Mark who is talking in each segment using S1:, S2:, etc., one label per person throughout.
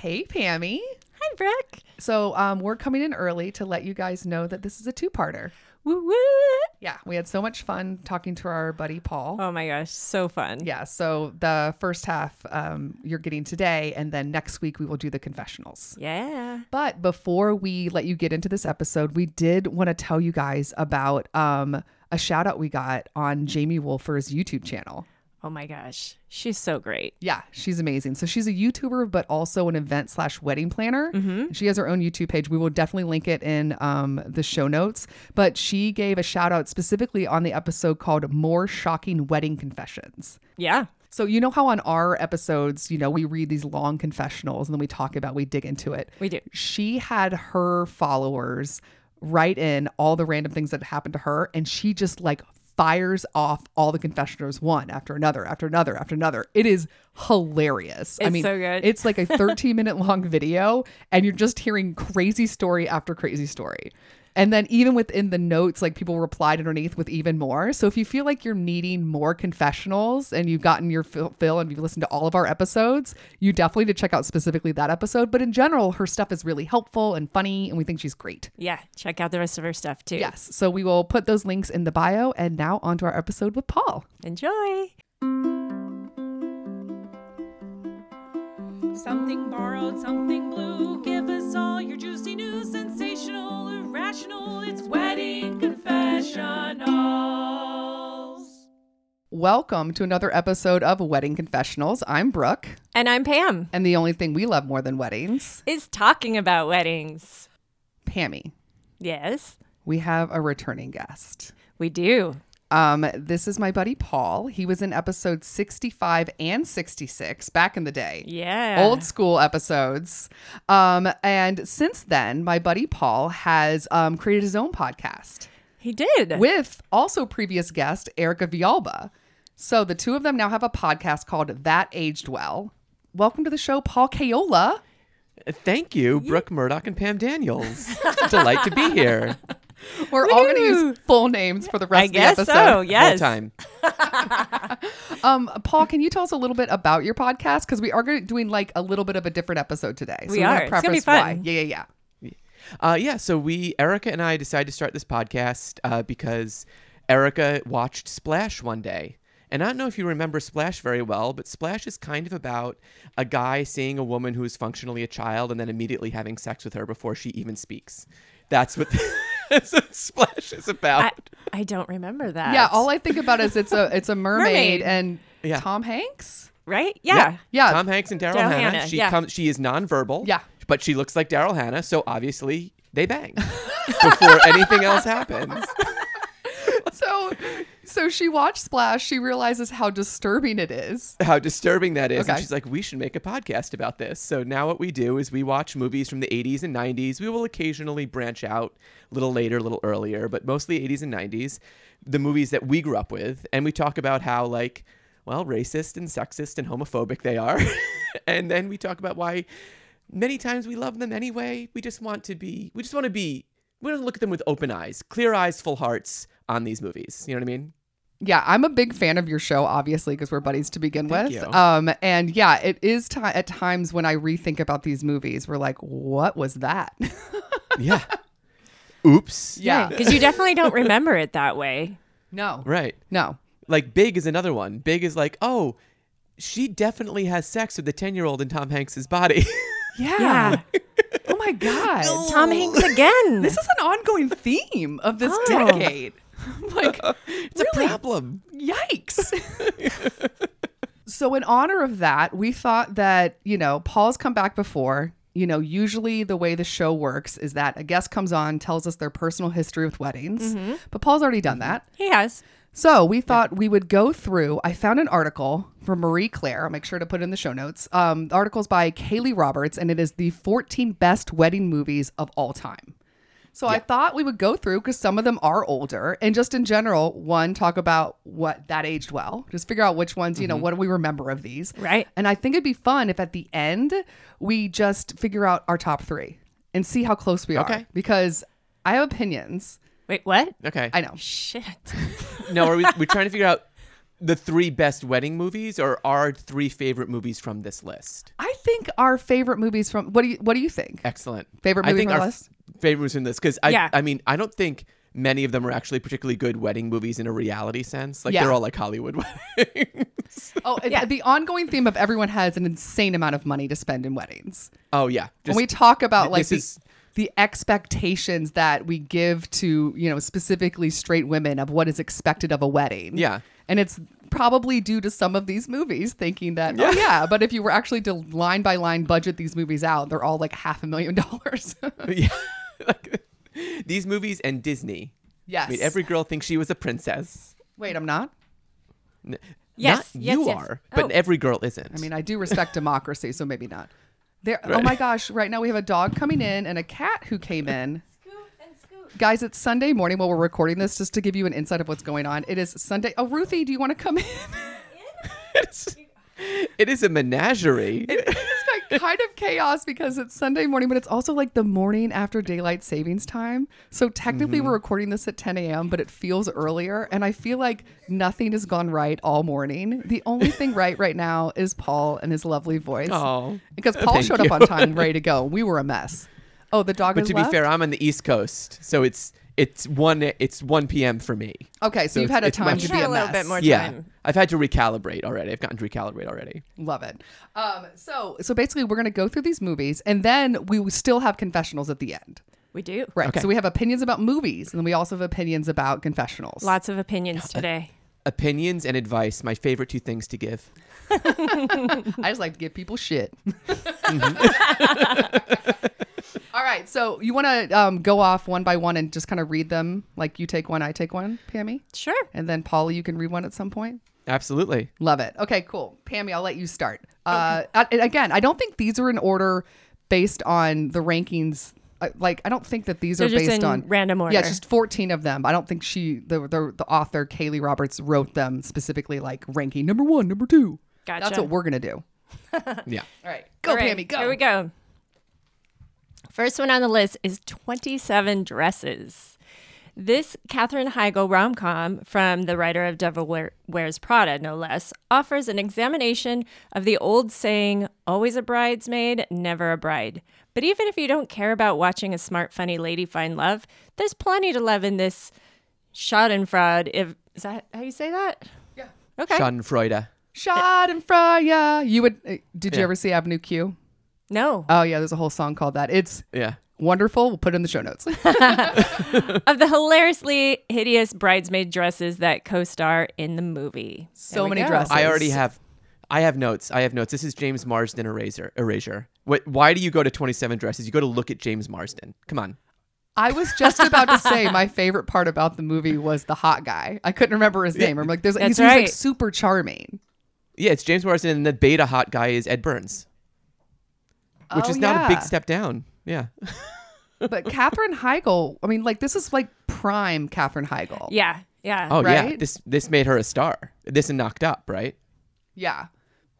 S1: Hey, Pammy.
S2: Hi, Brooke.
S1: So um, we're coming in early to let you guys know that this is a two-parter.
S2: Woo woo.
S1: Yeah, we had so much fun talking to our buddy Paul.
S2: Oh my gosh, so fun.
S1: Yeah, so the first half um, you're getting today, and then next week we will do the confessionals.
S2: Yeah.
S1: But before we let you get into this episode, we did want to tell you guys about um, a shout out we got on Jamie Wolfer's YouTube channel.
S2: Oh my gosh, she's so great.
S1: Yeah, she's amazing. So she's a YouTuber, but also an event slash wedding planner. She has her own YouTube page. We will definitely link it in um, the show notes. But she gave a shout out specifically on the episode called "More Shocking Wedding Confessions."
S2: Yeah.
S1: So you know how on our episodes, you know, we read these long confessionals and then we talk about, we dig into it.
S2: We do.
S1: She had her followers write in all the random things that happened to her, and she just like fires off all the confessioners one after another after another after another. It is hilarious. I
S2: It's
S1: mean,
S2: so good.
S1: it's like a 13 minute long video, and you're just hearing crazy story after crazy story. And then even within the notes, like people replied underneath with even more. So if you feel like you're needing more confessionals and you've gotten your fill fill and you've listened to all of our episodes, you definitely need to check out specifically that episode. But in general, her stuff is really helpful and funny, and we think she's great.
S2: Yeah. Check out the rest of her stuff too.
S1: Yes. So we will put those links in the bio. And now onto our episode with Paul.
S2: Enjoy.
S3: Something borrowed, something blue. Give us all your juicy news, sensational, irrational. It's wedding confessionals.
S1: Welcome to another episode of Wedding Confessionals. I'm Brooke,
S2: And I'm Pam.
S1: and the only thing we love more than weddings,
S2: Is talking about weddings.
S1: Pammy.
S2: Yes,
S1: We have a returning guest.
S2: we do.
S1: Um, this is my buddy Paul. He was in episode 65 and 66 back in the day.
S2: Yeah.
S1: Old school episodes. Um, and since then, my buddy Paul has um, created his own podcast.
S2: He did.
S1: with also previous guest Erica Vialba. So the two of them now have a podcast called That Aged Well. Welcome to the show, Paul Kayola.
S4: Thank you, Brooke Murdoch and Pam Daniels. Delight to be here.
S1: We're all going to use full names for the rest
S2: I
S1: of
S2: guess
S1: the
S2: so.
S1: episode.
S2: Yes.
S4: Whole time.
S1: Um, Paul, can you tell us a little bit about your podcast? Because we are gonna- doing like a little bit of a different episode today. So
S2: We
S1: wanna
S2: are. It's gonna be
S1: preface why.
S2: fun.
S1: Yeah, yeah, yeah.
S4: Uh, yeah, so we, Erica and I, decided to start this podcast uh, because Erica watched Splash one day. And I don't know if you remember Splash very well, but Splash is kind of about a guy seeing a woman who is functionally a child and then immediately having sex with her before she even speaks. That's what that's what Splash is about.
S1: Oh.
S2: I, I don't remember that.
S1: Yeah, all I think about is it's a it's a mermaid,
S2: Mermaid.
S1: and
S4: Yeah.
S1: Tom Hanks.
S2: right? Yeah.
S1: Yeah.
S4: Tom Hanks and Daryl
S2: Daryl
S4: Hannah.
S2: Hannah,
S4: She
S2: yeah.
S4: comes. She is nonverbal.
S1: Yeah.
S4: But she looks like Daryl Hannah, so obviously they bang before anything else happens.
S1: So, so she watched Splash. She realizes how disturbing it is.
S4: How disturbing that is.
S1: Okay.
S4: And she's like, we should make a podcast about this. So now what we do is we watch movies from the 80s and 90s. We will occasionally branch out a little later, a little earlier, but mostly 80s and 90s, the movies that we grew up with. And we talk about how, like, well, racist and sexist and homophobic they are. and then we talk about why many times we love them anyway. We just want to be, we just want to be, we want to look at them with open eyes, clear eyes, full hearts on these movies. You know what I mean?
S1: Yeah, I'm a big fan of your show, obviously, because we're buddies to begin
S4: Thank
S1: with.
S4: you.
S1: Um, and yeah, it is ti at times when I rethink about these movies, we're like, what was that?
S4: Yeah. Oops.
S1: Yeah.
S2: Because you definitely don't remember it that way.
S1: no,
S4: Right.
S1: no,
S4: Like Big is another one. Big is like, oh, she definitely has sex with the ten year old in Tom Hanks's body.
S1: yeah.
S2: Yeah.
S1: oh my god,
S2: Tom Hanks again.
S1: this is an ongoing theme of this
S2: Oh.
S1: decade. like,
S4: it's a problem.
S1: Yikes. so, in honor of that, we thought that, you know, Paul's come back before. You know, usually the way the show works is that a guest comes on, tells us their personal history with weddings, but Paul's already done that.
S2: he has.
S1: So we thought we would go through. I found an article from Marie Claire. I'll make sure to put it in the show notes. Um, the article's by Kaylee Roberts, and it is the 14 best wedding movies of all time. So I thought we would go through because some of them are older, and just in general, one talk about what that aged well. Just figure out which ones, you know, what do we remember of these,
S2: Right.
S1: And I think it'd be fun if at the end we just figure out our top three and see how close we are,
S4: Okay.
S1: because I have opinions.
S2: Wait, what?
S4: Okay.
S1: I know.
S2: Shit.
S4: no, are we we're trying to figure out the three best wedding movies or our three favorite movies from this list?
S1: I think our favorite movies from what do you what do you think?
S4: Excellent.
S1: Favorite
S4: I
S1: movie
S4: think
S1: from the
S4: our
S1: list?
S4: f- favorite movies from this because I,
S2: Yeah.
S4: I mean, I don't think many of them are actually particularly good wedding movies in a reality sense. Like
S1: Yeah.
S4: they're all like Hollywood weddings.
S1: Oh, and the ongoing theme of everyone has an insane amount of money to spend in weddings.
S4: oh yeah, just
S1: when we talk about
S4: th-
S1: like
S4: this
S1: the,
S4: is-
S1: the expectations that we give to you know specifically straight women of what is expected of a wedding
S4: Yeah.
S1: and it's probably due to some of these movies thinking that oh yeah but if you were actually to line by line budget these movies out they're all like half a million dollars
S4: yeah. like, these movies and Disney.
S1: yes
S4: I mean, every girl thinks she was a princess.
S1: wait i'm not
S4: N-
S2: Yes,
S4: not
S2: yes,
S4: you
S2: yes.
S4: are, but
S2: Oh.
S4: every girl isn't.
S1: i mean i do respect democracy so maybe not there oh my gosh right now we have a dog coming in and a cat who came in Guys, it's Sunday morning while we're recording this, just to give you an insight of what's going on. It is Sunday. Oh, Ruthie, do you want to come in?
S4: it's, it is a menagerie.
S1: it's like kind of chaos because it's Sunday morning, but it's also like the morning after daylight savings time. So technically, we're recording this at 10 a.m., but it feels earlier. And I feel like nothing has gone right all morning. The only thing right right now is Paul and his lovely voice.
S4: Aw.
S1: because Paul
S4: Thank
S1: showed
S4: you.
S1: up on time, ready to go. We were a mess. Oh, the dog.
S4: but
S1: has
S4: to
S1: left?
S4: be fair, I'm on the East Coast, so it's it's one it's one p.m. for me.
S1: okay, so,
S4: so
S1: you've
S4: it's-
S1: had a
S4: it's
S1: time
S4: much-
S1: to
S4: You
S1: be
S2: had
S1: a
S2: a little
S1: mess.
S2: bit more
S4: Yeah,
S2: time.
S4: I've had to recalibrate already. I've gotten to recalibrate already.
S1: Love it. Um, so so basically, we're gonna go through these movies, and then we still have confessionals at the end,
S2: We do.
S1: right?
S4: Okay.
S1: So we have opinions about movies, and then we also have opinions about confessionals.
S2: Lots of opinions today.
S4: Opinions and advice, my favorite two things to give.
S1: I just like to give people shit. All right, so you want to um, go off one by one and just kind of read them, like you take one, I take one, Pammy,
S2: Sure.
S1: and then Paula, you can read one at some point.
S4: Absolutely.
S1: Love it. Okay, cool. Pammy, I'll let you start. Uh, a- and again, I don't think these are in order based on the rankings. Uh, like, I don't think that these are
S2: They're just
S1: based
S2: in
S1: on
S2: random
S1: Yeah,
S2: order.
S1: it's just 14 of them. I don't think she, the, the, the author, Kaylee Roberts, wrote them specifically like ranking number one, number two. That's
S2: Gotcha.
S1: what we're going to do.
S4: Yeah.
S1: All right. Go,
S2: All right,
S1: Pammy, go.
S2: Here we go. First one on the list is 27 Dresses. This Katherine Heigl rom com from the writer of Devil Wear- Wears Prada, no less, offers an examination of the old saying, always a bridesmaid, never a bride. But even if you don't care about watching a smart, funny lady find love, there's plenty to love in this schadenfreude. If, is that how you say that?
S1: Yeah.
S2: Okay.
S4: Schadenfreude.
S1: Schadenfreude. You would, uh, did you
S4: Yeah.
S1: ever see Avenue Q?
S2: no.
S1: Oh, yeah, there's a whole song called that. It's
S4: Yeah.
S1: wonderful. We'll put it in the show notes.
S2: of the hilariously hideous bridesmaid dresses that co-star in the movie.
S1: so
S2: we
S1: many
S2: go.
S1: dresses.
S4: I already have I have notes. I have notes. This is James Marsden Erasure. Erasure. What, why do you go to 27 dresses? You go to look at James Marsden. Come on.
S1: I was just about to say my favorite part about the movie was the hot guy. I couldn't remember his name. I'm like, there's he's, he's,
S2: That's
S1: like
S2: right.
S1: super charming.
S4: Yeah, it's James Marsden and the beta hot guy is Ed Burns, which
S1: Oh,
S4: is not a
S1: yeah.
S4: big step down. Yeah.
S1: But Katherine Heigl, I mean, like this is like prime Katherine Heigl.
S2: Yeah, yeah.
S4: Oh yeah.
S1: Right?
S4: This this made her a star. This and knocked up, right?
S1: Yeah.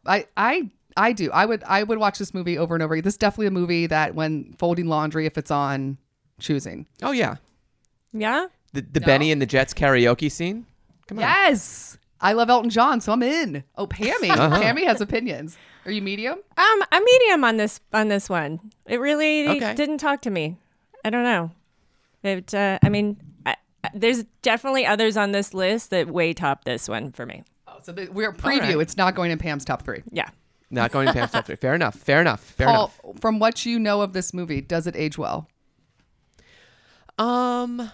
S1: I I I do. I would I would watch this movie over and over again. This is definitely a movie that when folding laundry, if it's on, choosing.
S4: Oh yeah.
S2: Yeah.
S4: The, the Benny and the Jets karaoke scene. Come on.
S1: Yes. I love Elton John, so I'm in. Oh, Pammy.
S4: Uh-huh.
S1: Pammy has opinions. Are you medium?
S2: Um, I'm medium on this on this one. It really
S4: Okay.
S2: didn't talk to me. I don't know. It. Uh, I mean, I, I- there's definitely others on this list that way top this one for me.
S1: Oh, so the, we're preview. It's not going in Pam's top three.
S2: Yeah.
S4: Not going to Pam's top three. Fair enough. Fair enough. Fair
S1: Paul,
S4: enough.
S1: from what you know of this movie, does it age well?
S4: Um,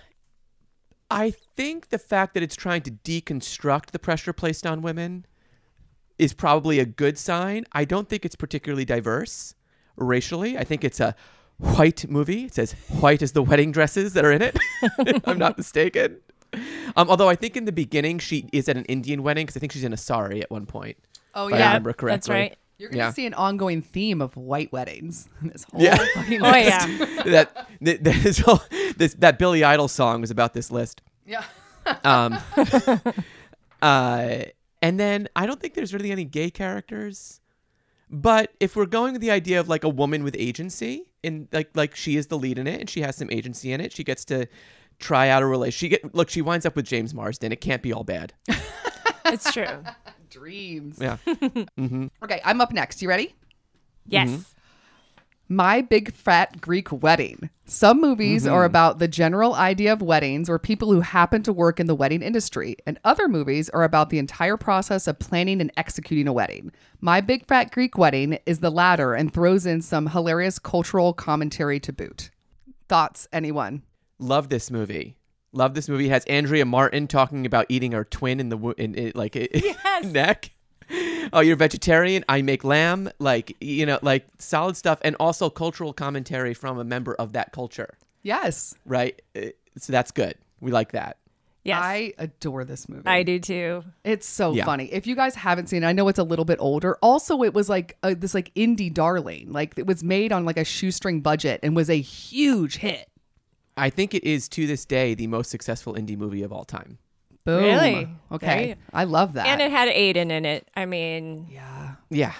S4: I think the fact that it's trying to deconstruct the pressure placed on women is probably a good sign. I don't think it's particularly diverse racially. I think it's a white movie. It says white as the wedding dresses that are in it. if I'm not mistaken. Um, although I think in the beginning she is at an Indian wedding because I think she's in a sari at one point.
S1: Oh,
S4: if I
S1: yeah.
S4: remember correctly.
S2: That's right.
S1: You're gonna
S4: uh, Yeah.
S1: see an ongoing theme of white weddings. in This whole
S4: Yeah.
S1: fucking
S2: Oh
S1: list.
S2: yeah.
S4: that th- that is all. This that Billy Idol song was about this list.
S1: yeah.
S4: Um, uh, and then I don't think there's really any gay characters. But if we're going with the idea of like a woman with agency, and like like she is the lead in it, and she has some agency in it, she gets to try out a relationship. She get look, she winds up with James Marsden. It can't be all bad.
S2: it's true.
S1: Dreams.
S4: Yeah.
S1: Okay, I'm up next. You ready?
S2: Yes.
S4: Mm-hmm.
S1: My Big Fat Greek Wedding. Some movies
S4: Mm-hmm.
S1: are about the general idea of weddings or people who happen to work in the wedding industry, and other movies are about the entire process of planning and executing a wedding. My Big Fat Greek Wedding is the latter and throws in some hilarious cultural commentary to boot. Thoughts, anyone?
S4: Love this movie. Love this movie. It Has Andrea Martin talking about eating her twin in the wo- in, in like yes. neck. Oh, you're vegetarian. I make lamb. Like you know, like solid stuff, and also cultural commentary from a member of that culture.
S1: Yes.
S4: Right. Uh, So that's good. We like that.
S2: Yes. I,
S1: I adore this movie.
S2: do too.
S1: It's so
S4: Yeah.
S1: funny. If you guys haven't seen it, I know it's a little bit older. Also, it was like a, this like indie darling. Like it was made on like a shoestring budget and was a huge hit.
S4: I think it is to this day the most successful indie movie of all time.
S1: Boom.
S2: Really? There
S1: Okay.
S2: you-
S1: I love that.
S2: And it had Aiden in it. I mean,
S1: yeah.
S4: Yeah.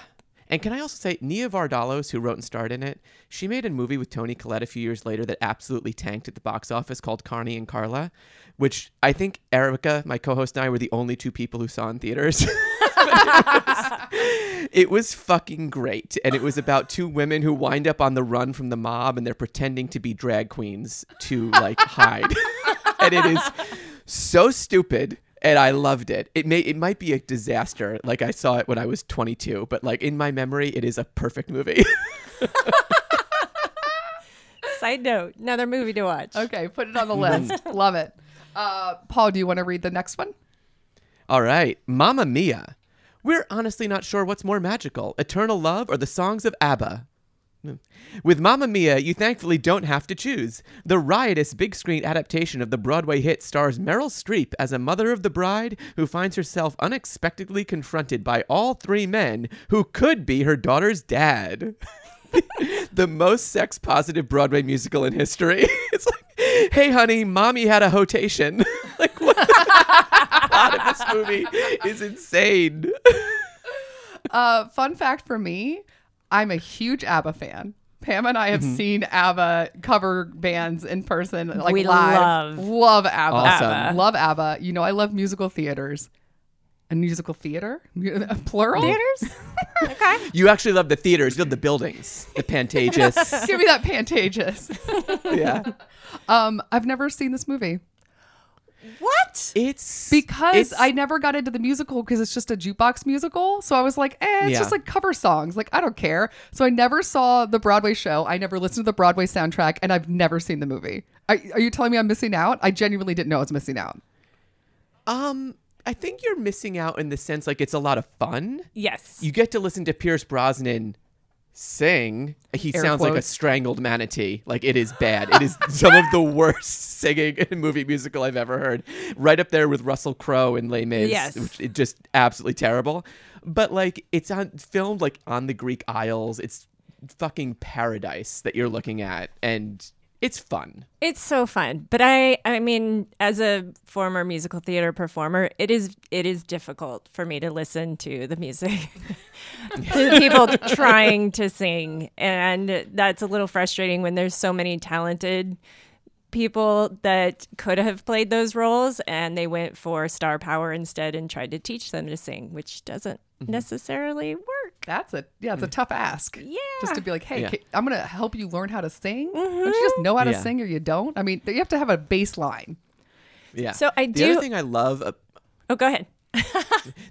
S4: And can I also say, Nia Vardalos, who wrote and starred in it, she made a movie with Tony Collette a few years later that absolutely tanked at the box office called Carney and Carla, which I think Erica, my co host, and I were the only two people who saw in theaters. But it, was, it was fucking great. And it was about two women who wind up on the run from the mob and they're pretending to be drag queens to like hide. and it is so stupid and I loved it. It may it might be a disaster. Like I saw it when I was 22, but like in my memory it is a perfect movie.
S2: side note, another movie to watch.
S1: Okay. Put it on the list. love it. Uh, Paul, do you want to read the next one?
S4: All right, Mamma Mia. We're honestly not sure what's more magical, Eternal Love or the songs of ABBA. With Mamma Mia, you thankfully don't have to choose. The riotous big screen adaptation of the Broadway hit stars Meryl Streep as a mother of the bride who finds herself unexpectedly confronted by all three men who could be her daughter's dad. the most sex positive Broadway musical in history. It's like, hey, honey, mommy had a hotation. like, what? The plot of this movie is insane.
S1: Uh, fun fact for me, I'm a huge ABBA fan. Pam and I have seen ABBA cover bands in person, like
S2: We
S1: live.
S2: love-
S1: love ABBA.
S4: Awesome.
S2: ABBA.
S1: Love ABBA. You know, I love musical theaters. And musical theater, plural.
S2: Theaters? okay.
S4: You actually love the theaters, you love the buildings, the Pantages.
S1: Give me that Pantages.
S4: yeah.
S1: Um, I've never seen this movie
S2: What?
S4: It's
S1: because
S4: it's-
S1: I never got into the musical because it's just a jukebox musical. So I was like, eh, it's
S4: Yeah.
S1: just like cover songs. Like I don't care. So I never saw the Broadway show. I never listened to the Broadway soundtrack, and I've never seen the movie. Are, are you telling me I'm missing out? I genuinely didn't know I was missing out.
S4: um I think you're missing out in the sense like it's a lot of fun.
S2: Yes.
S4: You get to listen to Pierce Brosnan sing. He
S1: Air
S4: sounds like a
S1: quotes.
S4: strangled manatee. Like it is bad. It is some of the worst singing in a movie musical I've ever heard. Right up there with Russell Crowe and Les Mis.
S2: Yes.
S4: Which it just absolutely terrible. But like it's on filmed like on the Greek Isles. It's fucking paradise that you're looking at and it's fun.
S2: It's so fun, but I I mean as a former musical theater performer, it is it is difficult for me to listen to the music. to people trying to sing and that's a little frustrating when there's so many talented people that could have played those roles and they went for star power instead and tried to teach them to sing, which doesn't necessarily work.
S1: That's a yeah, it's a tough ask. Yeah, just to be like, hey,
S4: Mm. Yeah. Mm-hmm.
S1: ki- I'm gonna help you learn how to sing. Don't you just know how to
S4: Yeah.
S1: sing or you don't? I mean, you have to have a baseline.
S4: Yeah.
S2: So I
S4: the
S2: do-
S4: other thing I love uh,
S2: Oh, go ahead.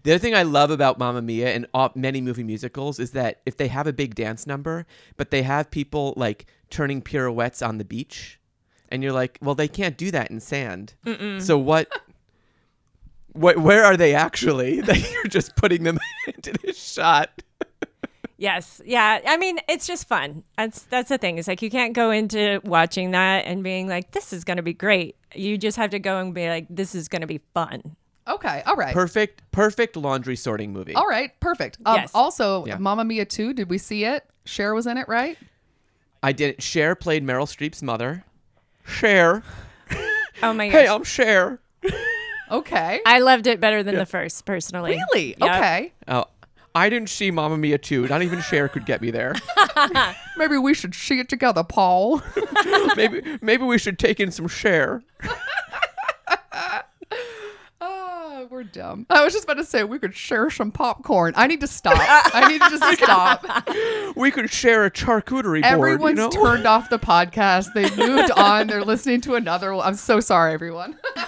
S4: The other thing I love about Mamma Mia and all, many movie musicals is that if they have a big dance number, but they have people like turning pirouettes on the beach, and you're like, well, they can't do that in sand. So what? what? Where are they actually? That you're just putting them into this shot.
S2: Yes. Yeah. I mean, it's just fun. That's that's the thing. It's like you can't go into watching that and being like, this is gonna be great. You just have to go and be like, this is gonna be fun.
S1: Okay, all right.
S4: Perfect, perfect laundry sorting movie.
S1: all right, perfect. Um,
S2: Yes.
S1: Also,
S4: Yeah.
S1: Mamma Mia 2, did we see it? Cher was in it, right?
S4: I didn't. Cher played Meryl Streep's mother. Cher.
S2: Oh my gosh.
S4: Hey, I'm Cher.
S1: Okay.
S2: I loved it better than the first, personally.
S1: oh really?
S2: Yep.
S1: Okay.
S4: Oh, I didn't see Mamma Mia 2. Not even Cher could get me there.
S1: Maybe we should see it together, Paul.
S4: maybe maybe we should take in some share.
S1: Ah, we're dumb. I was just about to say we could share some popcorn. I need to stop. I need to just stop.
S4: We could share a charcuterie board.
S1: Everyone's
S4: You know?
S1: turned off the podcast. They moved on. They're listening to another one. I'm so sorry, everyone.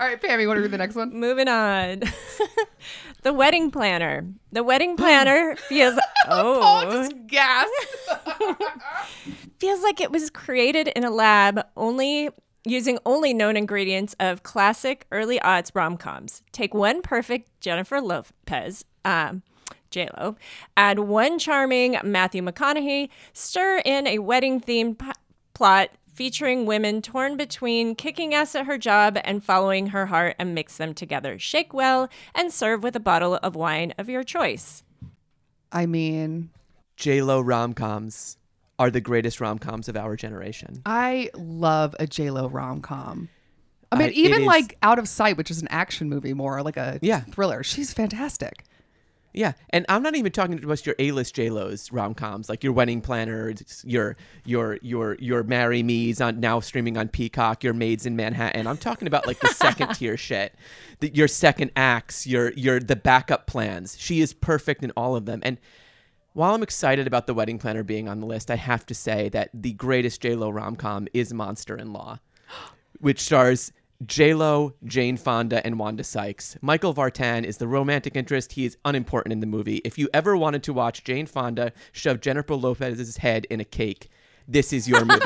S1: All right, Pam, you want to read the next one?
S2: Moving on. the wedding planner. The wedding planner feels
S1: Paul
S2: oh
S1: just gasped.
S2: feels like it was created in a lab only using only known ingredients of classic early aughts rom-coms. Take one perfect Jennifer Lopez, um, J-Lo, add one charming Matthew McConaughey, stir in a wedding-themed p- plot featuring women torn between kicking ass at her job and following her heart and mix them together. Shake well and serve with a bottle of wine of your choice.
S1: I mean,
S4: J Lo rom coms are the greatest rom coms of our generation.
S1: I love a JLo rom com. I mean,
S4: I- it
S1: even
S4: is-
S1: like Out of Sight, which is an action movie more, like a
S4: Yeah.
S1: thriller. She's fantastic.
S4: Yeah, and I'm not even talking about your A-list J-Lo's rom-coms, like your Wedding Planner, your your your your Marry Me's on now streaming on Peacock, your Maids in Manhattan. I'm talking about like the second tier shit, the, your second acts, your your the backup plans. She is perfect in all of them, and while I'm excited about the Wedding Planner being on the list, I have to say that the greatest J-Lo rom-com is Monster in Law which stars J-Lo, Jane Fonda, and Wanda Sykes. Michael Vartan is the romantic interest. He is unimportant in the movie. If you ever wanted to watch Jane Fonda shove Jennifer Lopez's head in a cake, this is your movie.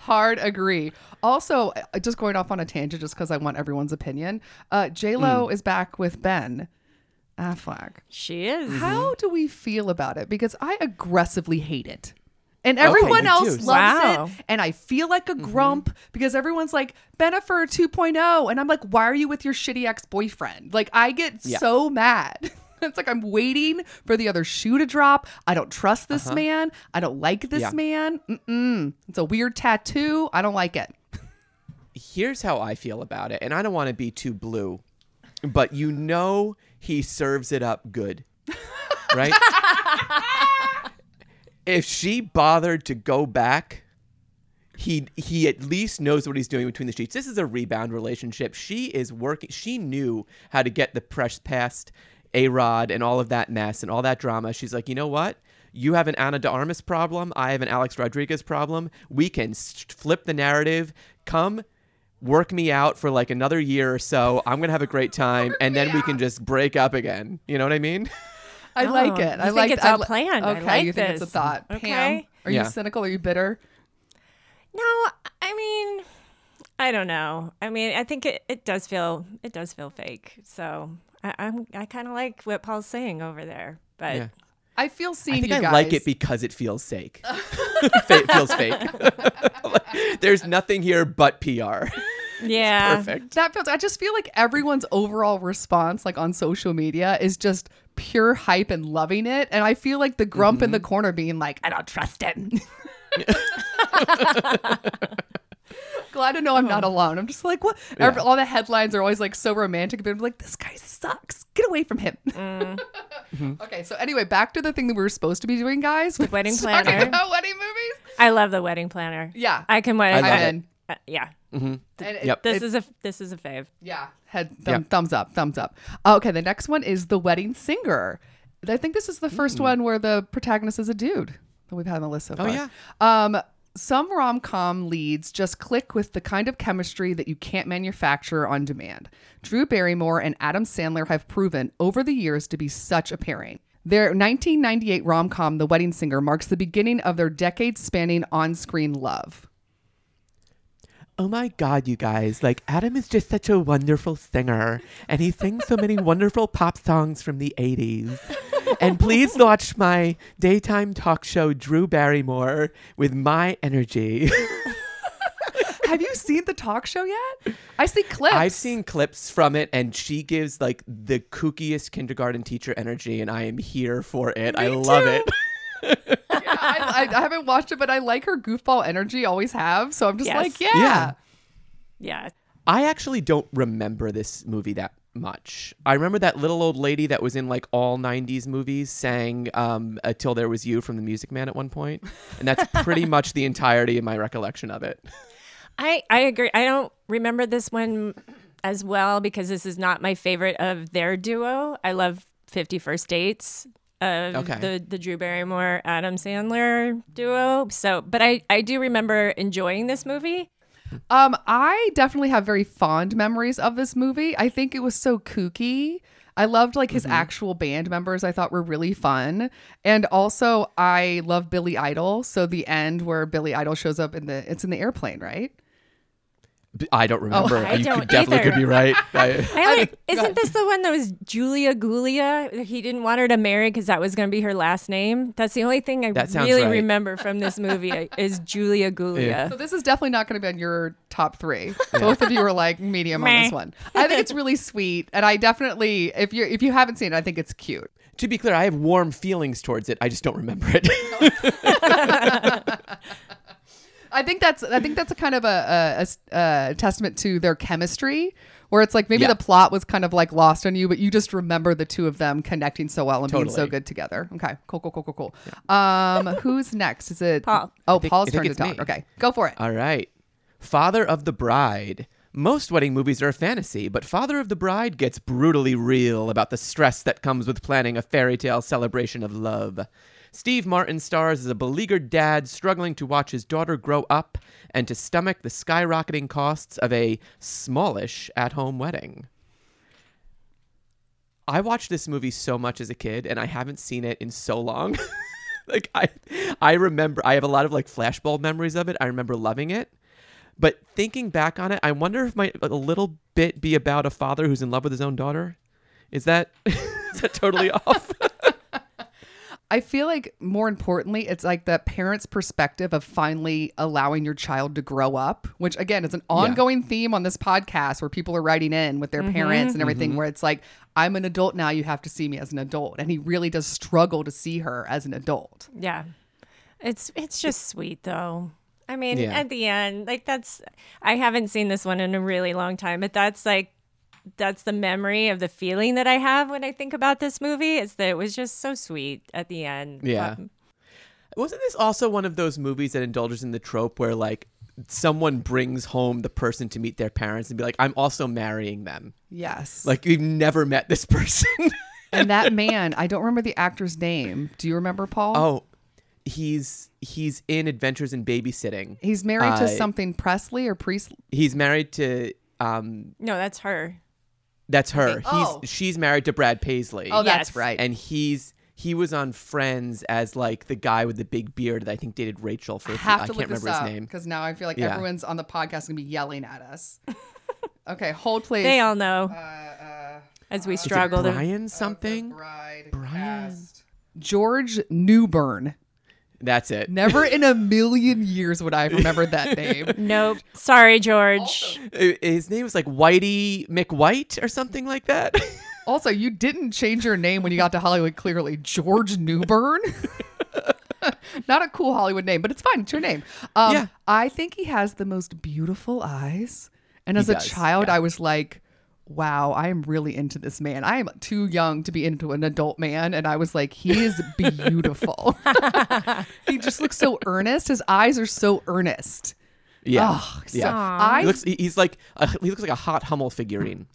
S1: Hard agree. Also, uh, just going off on a tangent, just because I want everyone's opinion. Uh, J Lo is back with Ben Affleck.
S2: She is.
S4: Mm-hmm.
S1: How do we feel about it? Because I aggressively hate it. And everyone
S4: you
S1: else
S4: do.
S1: loves
S2: Wow.
S1: it. And I feel like a
S4: Mm-hmm.
S1: grump because everyone's like, Benifer 2.0. oh," And I'm like, why are you with your shitty ex boyfriend? Like, I get
S4: Yeah.
S1: so mad. it's like I'm waiting for the other shoe to drop. I don't trust this man. I don't like this
S4: Uh-huh. Yeah.
S1: man. Mm-mm. It's a weird tattoo. I don't like it.
S4: Here's how I feel about it, and I don't want to be too blue, but you know he serves it up good, right? if she bothered to go back, he he at least knows what he's doing between the sheets. This is a rebound relationship. She is working. She knew how to get the press past A Rod and all of that mess and all that drama. She's like, you know what? You have an Anna de Armas problem. I have an Alex Rodriguez problem. We can s- flip the narrative. Come work me out for like another year or so. I'm gonna have a great time, and then we can just break up again. You know what I mean?
S1: I
S2: Oh,
S1: like it.
S2: you
S1: I
S2: think
S1: like
S2: it's
S1: I
S2: all
S1: li-
S2: planned. I
S1: Okay,
S2: like
S1: you think it's a
S2: this.
S1: thought. Pam,
S2: Okay.
S1: are
S4: Yeah.
S1: you cynical? Are you bitter?
S2: No, I mean, I don't know. I mean, I think it, it does feel it does feel fake. So I, I'm I kind of like what Paul's saying over there, but
S4: Yeah.
S1: I feel seeing
S4: I think
S1: you
S4: I
S1: guys.
S4: like it because it feels fake. it feels fake. There's nothing here but PR.
S2: yeah,
S4: Perfect.
S1: That feels. I just feel like everyone's overall response, like on social media, is just pure hype and loving it. And I feel like the grump in
S2: Mm-hmm.
S1: the corner being like, "I don't trust him." Glad to know I'm
S2: Oh.
S1: not alone. I'm just like, what? every- all the headlines are always like so romantic, but I'm like, this guy sucks. Get away from him.
S2: Mm.
S1: okay, so anyway, back to the thing that we were supposed to be doing, guys. With
S2: Mm-hmm. Wedding
S1: talking
S2: planner.
S1: about wedding movies.
S2: I love the wedding planner.
S1: Yeah,
S2: I can wedding.
S4: I
S1: I'm
S4: love it.
S1: in.
S2: uh, yeah,
S1: And it-
S4: Yep.
S2: this
S1: it-
S2: is a this is a fave.
S1: Yeah, head thumb,
S4: Yep.
S1: thumbs up, thumbs up. Okay, the next one is the wedding singer. I think this is the first
S4: Hmm.
S1: one where the protagonist is a dude that we've had on the list so far.
S4: Oh, yeah.
S1: Um, some rom com leads just click with the kind of chemistry that you can't manufacture on demand. Drew Barrymore and Adam Sandler have proven over the years to be such a pairing. Their 1998 rom com, The Wedding Singer, marks the beginning of their decade spanning on screen love.
S4: Oh my God, you guys. Like, Adam is just such a wonderful singer, and he sings so many wonderful pop songs from the 80s. And please watch my daytime talk show, Drew Barrymore, with my energy.
S1: Have you seen the talk show yet? I see clips.
S4: I've seen clips from it, and she gives like the kookiest kindergarten teacher energy, and I am here for it. I love it.
S1: I, I, I haven't watched it, but I like her goofball energy. Always have. So I'm just
S2: Yes.
S1: like, yeah.
S4: Yeah.
S2: Yeah,
S4: I actually don't remember this movie that much. I remember that little old lady that was in like all 90s movies sang um, Until There Was You from The Music Man at one point, And that's pretty much the entirety of my recollection of it.
S2: I, I agree. I don't remember this one as well because this is not my favorite of their duo. I love Fifty First Dates of
S4: Okay.
S2: the the Drew Barrymore Adam Sandler duo. So, but I I do remember enjoying this movie.
S1: Um, I definitely have very fond memories of this movie. I think it was so kooky. I loved like his actual band members. I thought were really fun, and also I love Billy Idol. So the end where Billy Idol shows up in the it's in the airplane, right?
S4: B- I don't remember.
S2: Oh, I
S4: you
S2: don't
S4: could, definitely
S2: either.
S4: could be right. I,
S2: I only,
S1: go
S2: isn't this the one that was Julia Gulia? He didn't want her to marry because that was going to be her last name. That's the only thing I
S4: That sounds
S2: really
S4: right.
S2: remember from this movie is Julia Gulia.
S1: So this is definitely not going to be on your top three. Both of you are like medium on this
S2: Meh.
S1: one. I think it's really sweet, and I definitely if you if you haven't seen it, I think it's cute.
S4: to be clear, I have warm feelings towards it. I just don't remember it.
S1: I think that's I think that's a kind of a, a- a, a testament to their chemistry, where it's like maybe
S4: Yeah.
S1: the plot was kind of like lost on you, but you just remember the two of them connecting so well and being so
S4: Totally.
S1: good together. Okay, cool, cool, cool, cool, cool. Um, who's next? Is it
S2: Paul.
S1: Oh,
S4: think-
S1: Paul's
S4: I think
S1: turn to
S4: it's
S1: talk.
S4: me.
S1: Okay, go for it.
S4: All right. Father of the Bride. Most wedding movies are a fantasy, but Father of the Bride gets brutally real about the stress that comes with planning a fairy tale celebration of love. Steve Martin stars as a beleaguered dad struggling to watch his daughter grow up and to stomach the skyrocketing costs of a smallish at home wedding. I watched this movie so much as a kid, and I haven't seen it in so long. like I, I remember I have a lot of like flashbulb memories of it. I remember loving it, but thinking back on it, I wonder if my a little bit be about a father who's in love with his own daughter. Is that is that totally off?
S1: I feel like more importantly, it's like the parent's perspective of finally allowing your child to grow up, which again is an ongoing theme on this podcast where people are writing in with their parents and everything,
S4: Mm-hmm.
S1: where it's like, I'm an adult now, you have to see me as an adult. And he really does struggle to see her as an adult.
S2: Yeah. It's it's just sweet though. I mean,
S4: Yeah.
S2: at the end, like that's I haven't seen this one in a really long time, but that's like that's the memory of the feeling that I have when I think about this movie is that it was just so sweet at the end.
S4: Yeah.
S2: Um,
S4: Wasn't this also one of those movies that indulges in the trope where like someone brings home the person to meet their parents and be like, "I'm also marrying them."
S1: Yes.
S4: Like you've never met this person.
S1: and that man, I don't remember the actor's name. Do you remember Paul?
S4: oh, he's he's in Adventures in Babysitting.
S1: He's married to
S4: I-
S1: something Presley or Priest.
S4: He's married to um
S2: no, that's her.
S4: That's her.
S1: Oh.
S4: He's she's married to Brad Paisley.
S1: Oh, that's
S2: Yes.
S1: right.
S4: and he's he was on Friends as like the guy with the big beard that I think dated Rachel for. a few-
S1: have
S4: I
S1: to
S4: can't
S1: look this
S4: remember his
S1: up
S4: name.
S1: because now I feel like
S4: Yeah.
S1: everyone's on the podcast gonna be yelling at us. okay, hold please.
S2: They all know
S1: uh,
S2: as we
S4: Is it
S2: struggle to
S1: Oh,
S4: Brian something?
S1: bride
S4: Brian.
S1: George Newburn.
S4: That's it.
S1: Never in a million years would I have remembered that name.
S2: Nope. Sorry, George.
S4: Uh, His name was like Whitey McWhite or something like that.
S1: Also, you didn't change your name when you got to Hollywood, clearly. George Newburn? Not a cool Hollywood name, but it's fine. It's your name. Um,
S4: Yeah.
S1: I think he has the most beautiful eyes. And as a
S4: does,
S1: child, I was like, wow, I am really into this man. I am too young to be into an adult man. And I was like, he is beautiful. he just looks so earnest. His eyes are so earnest.
S4: yeah.
S1: Oh, so
S4: yeah.
S1: I
S4: He looks. he- He's like. A, he looks like a hot Hummel figurine.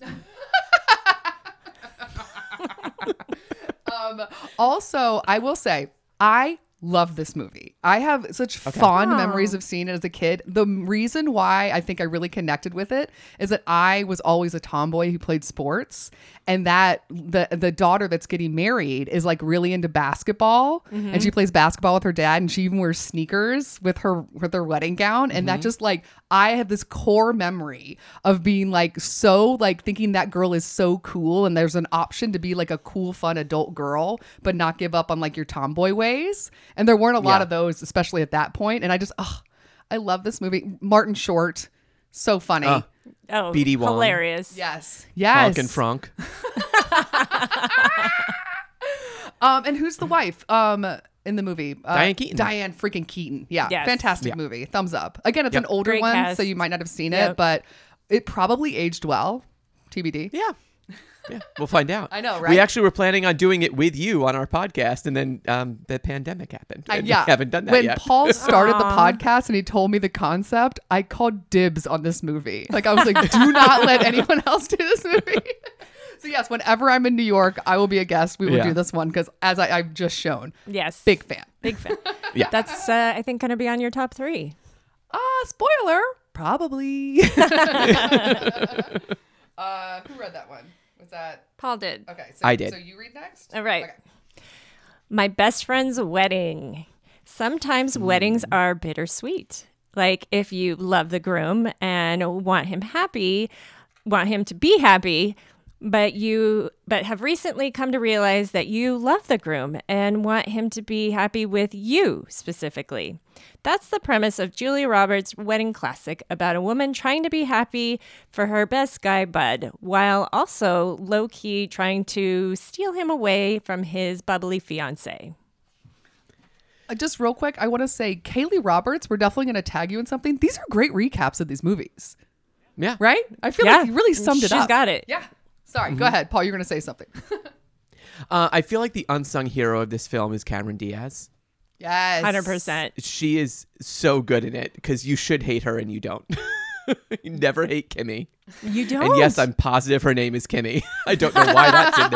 S1: also I will say I love this movie. I have such fond memories of seeing it as a kid. The m- reason why I think I really connected with it is that I was always a tomboy who played sports and that the the daughter that's getting married is like really into basketball
S4: Mm-hmm.
S1: and she plays basketball with her dad and she even wears sneakers with her with her wedding gown and
S4: Mm-hmm.
S1: that just like I have this core memory of being like so like thinking that girl is so cool and there's an option to be like a cool fun adult girl but not give up on like your tomboy ways and there weren't a lot
S4: Yeah.
S1: of those especially at that point and I just oh I love this movie Martin Short so funny
S4: Uh,
S2: Oh,
S4: BD Wong.
S2: hilarious.
S1: yes yes
S4: Honk and Frank.
S1: Um, and who's the wife? Um, in the movie, uh,
S4: Diane Keaton.
S1: Diane freaking Keaton. Yeah,
S2: Yes.
S1: fantastic
S4: Yeah.
S1: movie. Thumbs up. Again, it's
S4: Yep.
S1: an older
S2: Great
S1: one,
S2: cast.
S1: so you might not have seen it,
S2: Yep.
S1: but it probably aged well. TBD.
S4: Yeah. Yeah, we'll find out.
S1: I know,
S4: We
S1: right?
S4: actually were planning on doing it with you on our podcast, and then um, the pandemic happened.
S1: I-
S4: and
S1: yeah.
S4: we haven't done that
S1: when
S4: yet.
S1: Paul started the podcast and he told me the concept, I called dibs on this movie. Like I was like, do not let anyone else do this movie. so yes, whenever I'm in New York, I will be a guest. We will
S4: Yeah.
S1: do this one because as I, I've just shown,
S2: Yes.
S1: big fan.
S2: Big fan.
S4: Yeah.
S2: That's, uh, I think, going to be on your top three.
S1: Ah,
S2: Uh,
S1: spoiler, probably. uh, who read that one? Was that
S2: Paul did.
S1: okay? So,
S4: I did.
S1: So you read next.
S2: All right. My best friend's wedding. Sometimes weddings are bittersweet. Like if you love the groom and want him happy, want him to be happy, but you but have recently come to realize that you love the groom and want him to be happy with you specifically. That's the premise of Julia Roberts' wedding classic about a woman trying to be happy for her best guy, Bud, while also low key trying to steal him away from his bubbly fiance.
S1: Uh, Just real quick, I want to say, Kaylee Roberts, we're definitely going to tag you in something. These are great recaps of these movies,
S4: yeah.
S1: right? I feel like you really summed it up. Mhm.
S2: She's got it.
S1: Yeah. Sorry. Go ahead, Paul. You're going to say something.
S4: Uh, I feel like the unsung hero of this film is Cameron Diaz.
S1: yes.
S2: 100%.
S4: She is so good in it because you should hate her and you don't. you never hate Kimmy.
S2: You don't.
S4: And yes, I'm positive her name is Kimmy. I don't know why that's in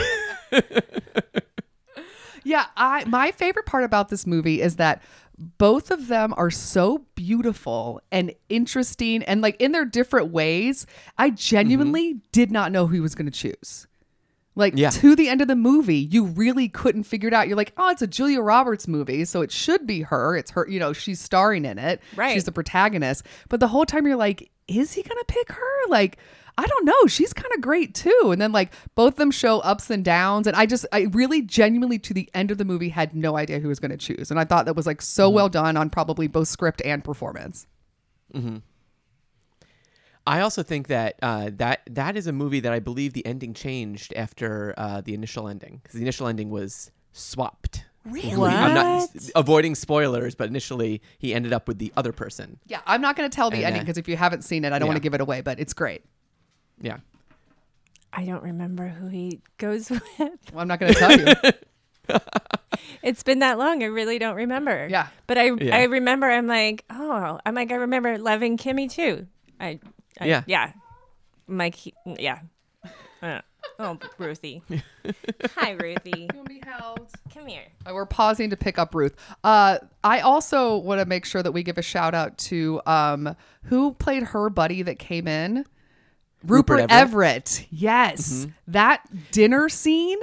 S4: there, but
S1: Yeah. I my favorite part about this movie is that both of them are so beautiful and interesting and like in their different ways. I genuinely did not know who he was going to choose. Like
S4: Yeah.
S1: to the end of the movie, you really couldn't figure it out. You're like, oh, it's a Julia Roberts movie, so it should be her. It's her, you know, she's starring in it.
S2: Right.
S1: She's the protagonist. But the whole time you're like, is he gonna pick her? Like, I don't know. She's kind of great too. And then like both of them show ups and downs. And I just I really genuinely to the end of the movie had no idea who was gonna choose. And I thought that was like
S4: Mm-hmm.
S1: so well done on probably both script and performance.
S4: I also think that uh, that that is a movie that I believe the ending changed after uh, the initial ending because the initial ending was swapped. Really? I'm not
S2: What?
S4: avoiding spoilers, but initially he ended up with the other person.
S1: Yeah, I'm not gonna tell the
S4: And,
S1: ending
S4: uh,
S1: because if you haven't seen it, I don't
S4: yeah.
S1: want to give it away, but it's great.
S4: Yeah.
S2: I don't remember who he goes with.
S1: Well, I'm not gonna tell you.
S2: It's been that long. I really don't remember.
S1: Yeah.
S2: But I
S4: Yeah.
S2: I remember I'm like, oh, I'm like I remember loving Kimmy too. I, I
S4: Yeah.
S2: Yeah. Mike he- yeah. Uh, oh, Ruthie. Hi, Ruthie. Come here.
S1: Uh, We're pausing to pick up Ruth. Uh, I also want to make sure that we give a shout out to um, who played her buddy that came in, Rupert,
S4: Rupert
S1: Everett. Mm-hmm. Yes, that dinner scene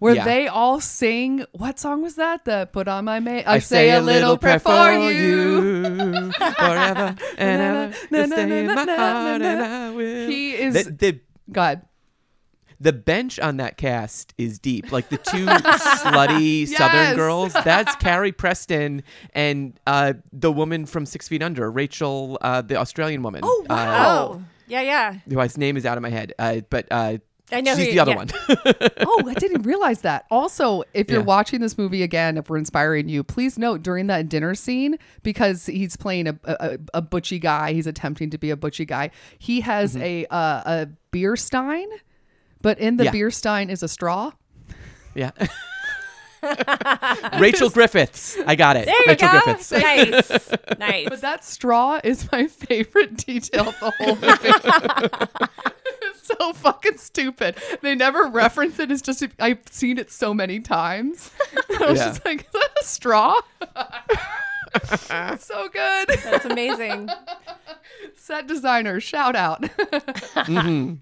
S1: where
S4: Yeah.
S1: they all sing. What song was that? The "Put on My May." I,
S4: I
S1: say, a little prayer for you.
S4: forever and ever.
S1: Na, na,
S4: to stay in
S1: na,
S4: my
S1: na,
S4: heart
S1: na,
S4: and
S1: na.
S4: I will.
S1: He is-
S4: the, the
S1: God,
S4: the bench on that cast is deep. Like the two slutty
S1: Yes.
S4: Southern girls. That's Carrie Preston and uh, the woman from Six Feet Under, Rachel, uh, the Australian woman. Oh
S1: wow. Oh.
S2: Yeah, yeah.
S4: whose name is out of my head, uh, but uh,
S2: I know
S4: she's
S2: who-
S4: the other
S2: yeah.
S4: one.
S1: oh, I didn't realize that. Also, if you're
S4: Yeah.
S1: watching this movie again, if we're inspiring you, please note during that dinner scene because he's playing a a, a butchy guy. He's attempting to be a butchy guy. He has
S4: Mm-hmm.
S1: a uh, a beer stein, but in the
S4: Yeah.
S1: beer stein is a straw.
S4: yeah. Rachel Griffiths. I got it.
S2: There you
S4: Rachel
S2: go.
S4: Griffiths.
S2: Nice. nice.
S1: But that straw is my favorite detail of the whole movie. It's so fucking stupid. They never reference it. It's just I've seen it so many times. I was
S4: Yeah.
S1: just like, is that a straw? so good.
S2: That's amazing.
S1: Set designer, shout out. um,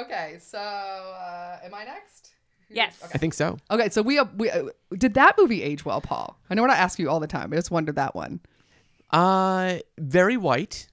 S1: okay, so uh, am I next?
S2: Yes.
S4: I think so.
S1: Okay, so we, uh, we uh, did that movie age well, Paul? I know what I ask you all the time. I just wondered that one.
S4: Uh, very white,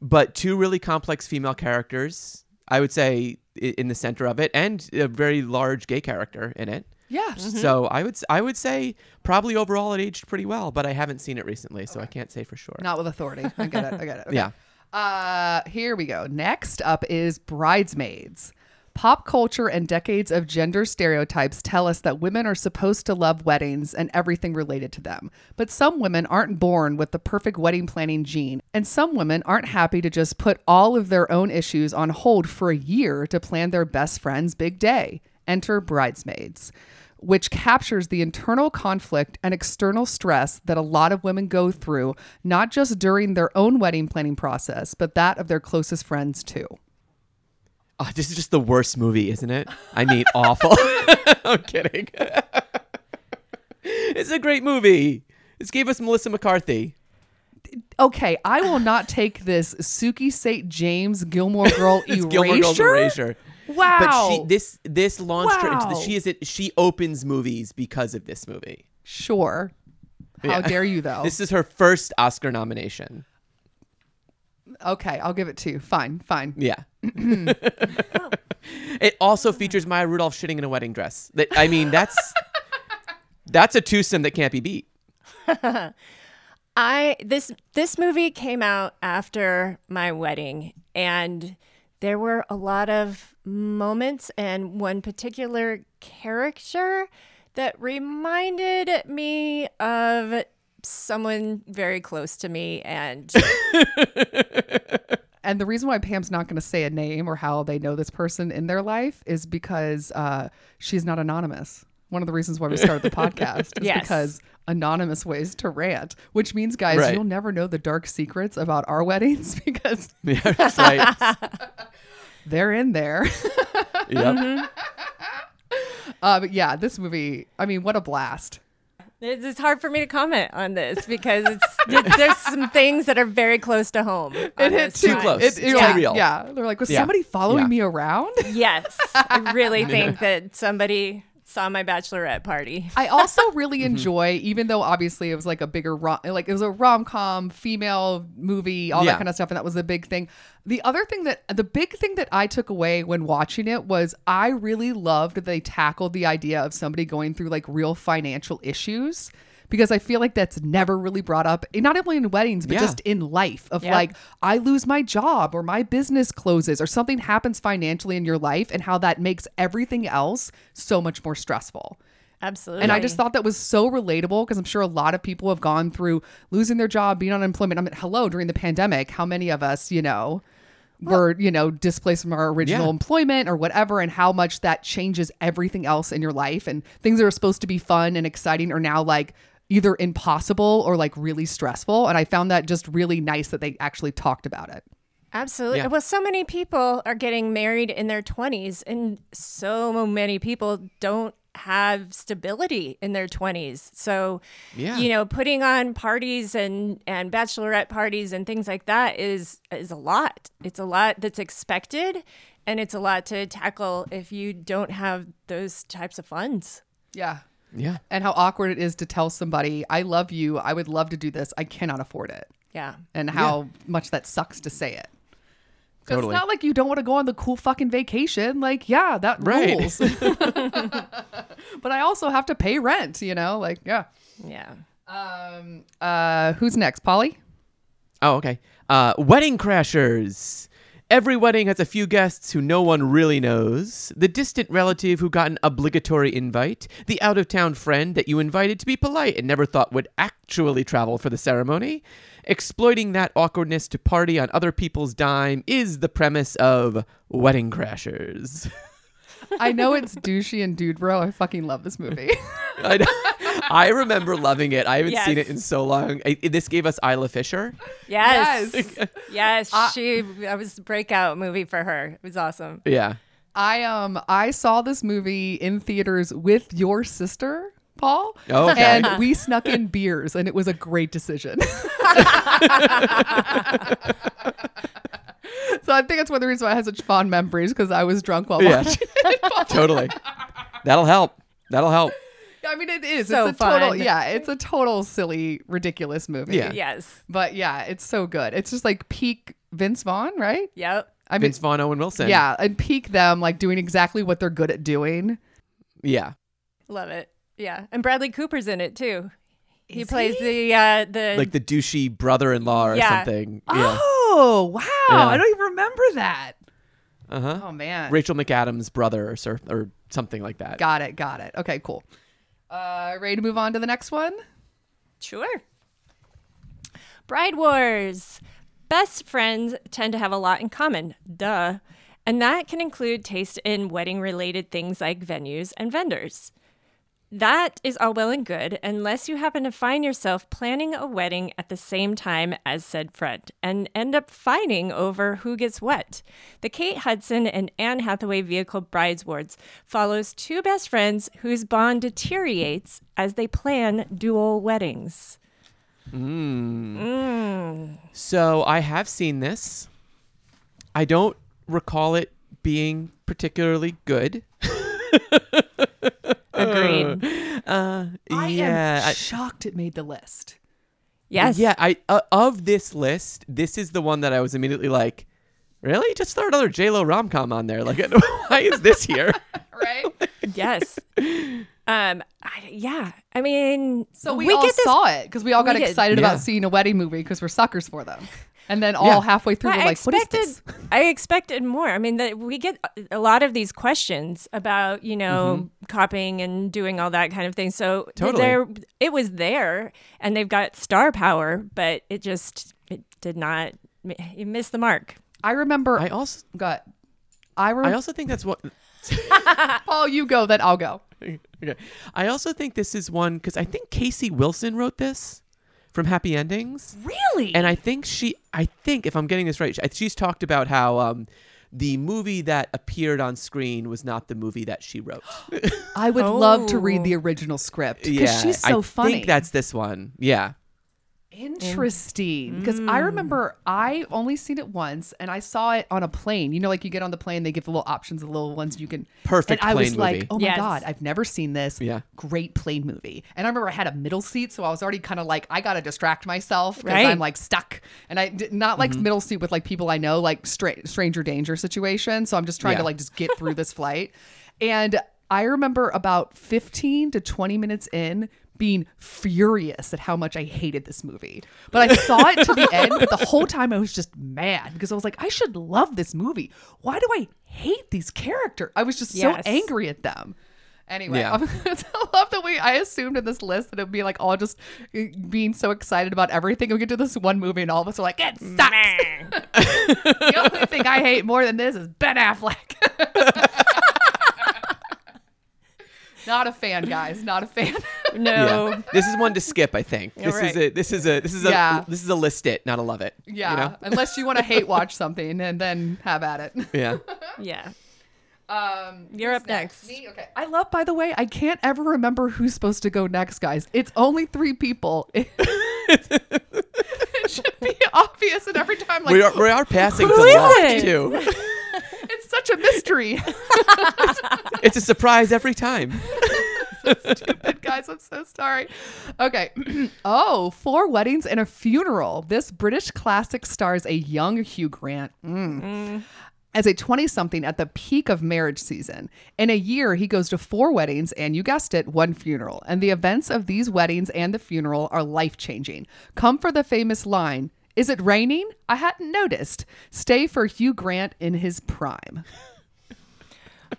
S4: but two really complex female characters. I would say i- in the center of it, and a very large gay character in it.
S1: Yeah.
S4: So I would s- I would say probably overall it aged pretty well, but I haven't seen it recently, so I can't say for sure.
S1: Not with authority. I get it. I get it. Okay.
S4: Yeah.
S1: Uh, here we go. Next up is Bridesmaids. Pop culture and decades of gender stereotypes tell us that women are supposed to love weddings and everything related to them. But some women aren't born with the perfect wedding planning gene, and some women aren't happy to just put all of their own issues on hold for a year to plan their best friend's big day. Enter bridesmaids which captures the internal conflict and external stress that a lot of women go through, not just during their own wedding planning process, but that of their closest friends too.
S4: Oh, this is just the worst movie, isn't it? I mean, awful. I'm kidding. it's a great movie. This gave us Melissa McCarthy.
S1: Okay, I will not take this Suki St. James Gilmore Girl
S4: It's
S1: erasure.
S4: Gilmore Girls Erasure.
S1: Wow.
S4: But she, this this launched her into the,
S1: Wow.
S4: she is it. She opens movies because of this movie.
S1: sure. How
S4: Yeah.
S1: dare you though?
S4: This is her first Oscar nomination.
S1: okay, I'll give it to you. Fine, fine.
S4: Yeah. it also features Maya Rudolph shitting in a wedding dress. That I mean, that's that's a twosome that can't be beat.
S2: I this this movie came out after my wedding and there were a lot of moments and one particular character that reminded me of someone very close to me and
S1: And the reason why Pam's not going to say a name or how they know this person in their life is because uh, she's not anonymous. One of the reasons why we started the podcast is
S2: Yes.
S1: because anonymous ways to rant, which means, guys,
S4: Right.
S1: you'll never know the dark secrets about our weddings because
S4: Yeah, that's right.
S1: they're in there.
S4: Yep.
S1: Uh, but yeah, this movie, I mean, what a blast.
S2: it's, it's hard for me to comment on this because it's, it's there's some things that are very close to home. on
S1: hit
S2: this
S1: too
S2: time.
S4: close.
S1: It,
S4: It's
S1: yeah,
S4: too real.
S1: Yeah. They're like, was
S4: Yeah.
S1: somebody following
S4: Yeah.
S1: me around?
S2: Yes, I really think that somebody saw my bachelorette party.
S1: I also
S4: Mm-hmm.
S1: really enjoy, even though obviously it was like a bigger rom, like it was a rom com female movie, all
S4: Yeah.
S1: that kind of stuff, and that was the big thing. The other thing that the big thing that I took away when watching it was I really loved that they tackled the idea of somebody going through like real financial issues because I feel like that's never really brought up, eh, not only in weddings but
S4: Yeah.
S1: just in life of
S2: Yeah.
S1: like I lose my job or my business closes or something happens financially in your life and how that makes everything else so much more stressful.
S2: Absolutely.
S1: And I just thought that was so relatable because I'm sure a lot of people have gone through losing their job, being on unemployment. I mean, hello, during the pandemic, how many of us, you know, were, you know, displaced from our original
S4: Yeah.
S1: employment or whatever, and how much that changes everything else in your life. And things that are supposed to be fun and exciting are now like either impossible or like really stressful. And I found that just really nice that they actually talked about it.
S2: Absolutely.
S4: Yeah.
S2: Well, so many people are getting married in their 20s, and so many people don't have stability in their 20s. So,
S4: Yeah.
S2: you know, putting on parties and and bachelorette parties and things like that is is a lot. It's a lot that's expected, and it's a lot to tackle if you don't have those types of funds.
S1: Yeah.
S4: Yeah.
S1: And how awkward it is to tell somebody, I love you. I would love to do this. I cannot afford it.
S2: Yeah.
S1: and how much that sucks to say it. 'Cause
S4: Totally.
S1: It's not like you don't want to go on the cool fucking vacation. Like, yeah, that
S4: Right.
S1: rules. but I also have to pay rent, you know? Like, yeah.
S2: Yeah.
S1: Um, uh, who's next? Polly?
S4: Oh, okay. Uh, wedding crashers. Every wedding has a few guests who no one really knows, the distant relative who got an obligatory invite, the out of town friend that you invited to be polite and never thought would actually travel for the ceremony. Exploiting that awkwardness to party on other people's dime is the premise of Wedding Crashers.
S1: I know it's douchey and dude bro. I fucking love this movie.
S4: I, know- I remember loving it. I haven't seen
S2: Yes.
S4: it in so long. I, this gave us Isla Fisher.
S2: Yes. Yes. she that was the breakout movie for her. It was awesome.
S4: Yeah.
S1: I um I saw this movie in theaters with your sister, Paul.
S4: Oh, okay.
S1: And we snuck in beers and it was a great decision. so I think that's one of the reasons why I have such fond memories because I was drunk while
S4: Yeah.
S1: watching.
S4: totally. That'll help. That'll help.
S1: I mean it is.
S2: So
S1: it's a total
S2: fun.
S1: yeah, it's a total silly, ridiculous movie.
S4: Yeah.
S2: Yes.
S1: But yeah, it's so good. It's just like peak Vince Vaughn, right?
S2: Yep.
S1: I mean
S4: Vince Vaughn, Owen Wilson.
S1: yeah, and peak them like doing exactly what they're good at doing.
S4: Yeah.
S2: Love it. Yeah. And Bradley Cooper's in it too. He plays the uh the
S4: Like the douchey brother in law or
S2: Yeah.
S4: something. Yeah.
S1: Oh wow!
S4: Yeah.
S1: I don't even remember that.
S4: Uh huh.
S1: Oh man.
S4: Rachel McAdams' brother or, sur- or something like that.
S1: Got it. Got it. Okay, cool. Uh, ready to move on to the next one?
S2: Sure. Bride Wars. Best friends tend to have a lot in common, duh. And that can include taste in wedding related things like venues and vendors. That is all well and good unless you happen to find yourself planning a wedding at the same time as said friend and end up fighting over who gets what. The Kate Hudson and Anne Hathaway vehicle Brides Wards follows two best friends whose bond deteriorates as they plan dual weddings.
S4: So I have seen this. I don't recall it being particularly good.
S2: Agreed.
S1: Uh. I
S4: yeah.
S1: am
S4: I-
S1: shocked it made the list.
S2: yes.
S4: Yeah, I uh, of this list, this is the one that I was immediately like, really? Just throw another J Lo rom com on there. Like, why is this here?
S1: Right?
S2: Yes. Um. I, yeah. I mean,
S1: So we, all
S2: get this
S1: saw it because we all got
S2: we did.
S1: excited
S4: Yeah.
S1: about seeing a wedding movie because we're suckers for them. And then all
S4: Yeah.
S1: halfway through,
S2: Well,
S1: we're
S2: I
S1: like, what is
S2: expected,
S1: this?
S2: I expected more. I mean, that we get a lot of these questions about you know copying and doing all that kind of thing. So
S4: Totally.
S2: there, it was there, and they've got star power, but it just it did not. It missed the mark.
S1: I remember.
S4: I
S1: I
S4: also,
S1: got. I
S4: I
S1: remember.
S4: also think that's what.
S1: Paul, you go, then I'll go.
S4: Okay. I also think this is one because I think Casey Wilson wrote this from Happy Endings.
S2: Really?
S4: And I think she, I think if I'm getting this right, she- she's talked about how um, the movie that appeared on screen was not the movie that she wrote.
S1: I would love to read
S2: Oh.
S1: the original script because
S4: yeah,
S1: she's so
S4: I
S1: funny.
S4: think that's this one. Yeah. Mm.
S1: Interesting. Because I remember I only seen it once and I saw it on a plane. You know, like you get on the plane, they give the little options, the little ones you can.
S4: Perfect
S1: And I was
S4: plane
S1: like,
S4: movie.
S1: oh my
S2: Yes.
S1: God, I've never seen this.
S4: Yeah.
S1: Great plane movie. And I remember I had a middle seat. So I was already kind of like, I got to distract myself because
S2: Right.
S1: I'm like stuck. And I did not like middle seat with like people I know, like stra- stranger danger situation. So I'm just trying
S4: Yeah.
S1: to like just get through this flight. And I remember about 15 to 20 minutes in being furious at how much I hated this movie. But I saw it to the end, but the whole time I was just mad because I was like, I should love this movie. Why do I hate these characters? I was just
S2: Yes.
S1: so angry at them. Anyway,
S4: Yeah.
S1: I'm- I love that we, I assumed in this list that it would be like all just uh, being so excited about everything. We get to this one movie and all of us are like, it sucks. the only thing I hate more than this is Ben Affleck. Not a fan, guys. Not a fan.
S2: no.
S1: Oh.
S4: Yeah. This is one to skip, I think. This is
S2: right.
S4: a this is a this is a
S1: Yeah.
S4: this is a list it, not a love it. you
S1: yeah.
S4: know?
S1: Unless you want to hate watch something and then have at it.
S4: Yeah.
S2: Yeah.
S1: Um,
S2: You're
S1: who's
S2: up next.
S1: Me? Okay. I love, by the way, I can't ever remember who's supposed to go next, guys. It's only three people. It, should be obvious. And every time, like,
S4: we are we are passing
S2: Who
S4: to
S2: is
S4: love
S2: it?
S4: too.
S1: it's such a mystery.
S4: It's a surprise every time.
S1: guys. I'm so sorry. Okay. oh, four weddings and a funeral. This British classic stars a young Hugh Grant. Mm. As a 20 something at the peak of marriage season. In a year, he goes to four weddings and, you guessed it, one funeral. And the events of these weddings and the funeral are life changing. Come for the famous line Is it raining? I hadn't noticed. Stay for Hugh Grant in his prime.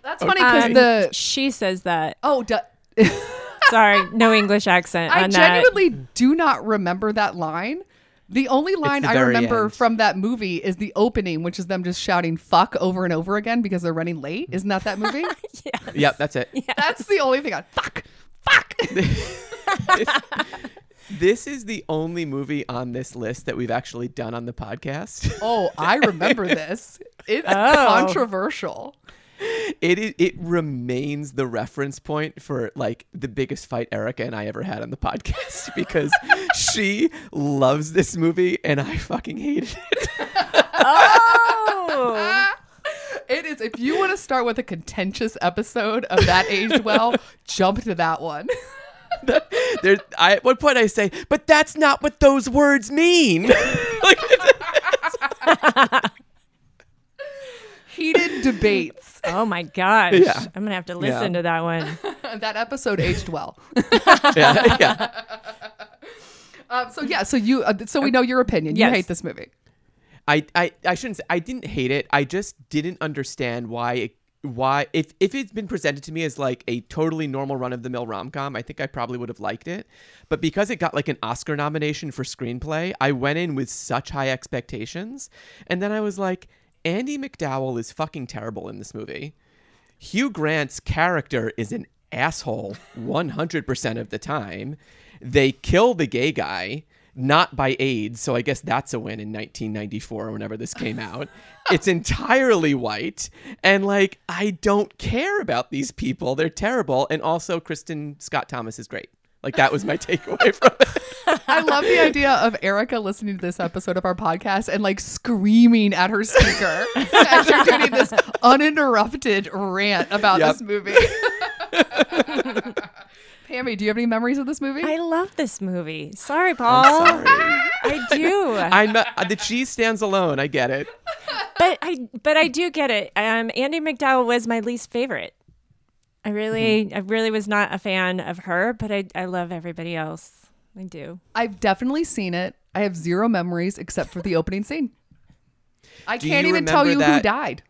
S1: That's funny because
S2: Um,
S1: the.
S2: she says that.
S1: Oh, duh.
S2: Sorry, no English accent
S1: I
S2: on
S1: genuinely do not remember that line. The only line
S4: the
S1: I
S4: very
S1: remember
S4: end.
S1: from that movie is the opening, which is them just shouting fuck over and over again because they're running late. Isn't that that movie?
S4: Yep, that's it.
S1: That's the only thing I fuck, fuck.
S4: This is the only movie on this list that we've actually done on the podcast.
S1: oh, I remember this. It's
S2: Oh.
S1: controversial.
S4: It is, it remains the reference point for like the biggest fight Erica and I ever had on the podcast because she loves this movie and I fucking hated it.
S2: that.
S1: It is. If you want to start with a contentious episode of that aged well, jump to that one.
S4: There, I, at one point I say, "But that's not what those words mean." like,
S1: Heated debates.
S2: Oh, oh my gosh.
S4: Yeah.
S2: I'm gonna have to listen to that one.
S1: that episode aged well.
S4: yeah, yeah.
S1: Um, so yeah. So you. Uh, so we know your opinion.
S2: Yes.
S1: You hate this movie.
S4: I, I, I shouldn't say I didn't hate it. I just didn't understand why it, why if if it's been presented to me as like a totally normal run of the mill rom com, I think I probably would have liked it. But because it got like an Oscar nomination for screenplay, I went in with such high expectations, and then I was like, Andy McDowell is fucking terrible in this movie. Hugh Grant's character is an asshole 100% of the time. They kill the gay guy, not by AIDS, so I guess that's a win in 1994 or whenever this came out. it's entirely white, and like, I don't care about these people. They're terrible. And also, Kristen Scott Thomas is great. Like, that was my takeaway from it.
S1: I love the idea of Erica listening to this episode of our podcast and like screaming at her speaker as you're doing this uninterrupted rant about
S4: Yep.
S1: this movie. Pammy, do you have any memories of this movie?
S2: I love this movie. Sorry, Paul. I do.
S4: I'm not, the cheese stands alone. I get it.
S2: but I but I do get it. Um, Andy McDowell was my least favorite. I really I really was not a fan of her, but I I love everybody else. I do.
S1: I've definitely seen it. I have zero memories except for the opening scene. I
S4: Do
S1: can't
S4: you
S1: even tell
S4: remember
S1: you who
S4: that-
S1: died.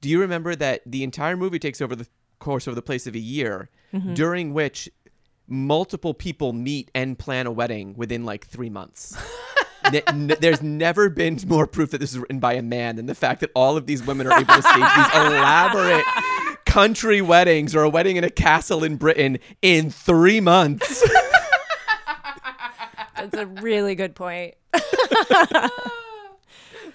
S4: do you remember that the entire movie takes over the course of the place of a year during which multiple people meet and plan a wedding within like three months Ne- n- there's never been more proof that this is written by a man than the fact that all of these women are able to stage these elaborate country weddings or a wedding in a castle in britain in three months
S2: That's a really good point.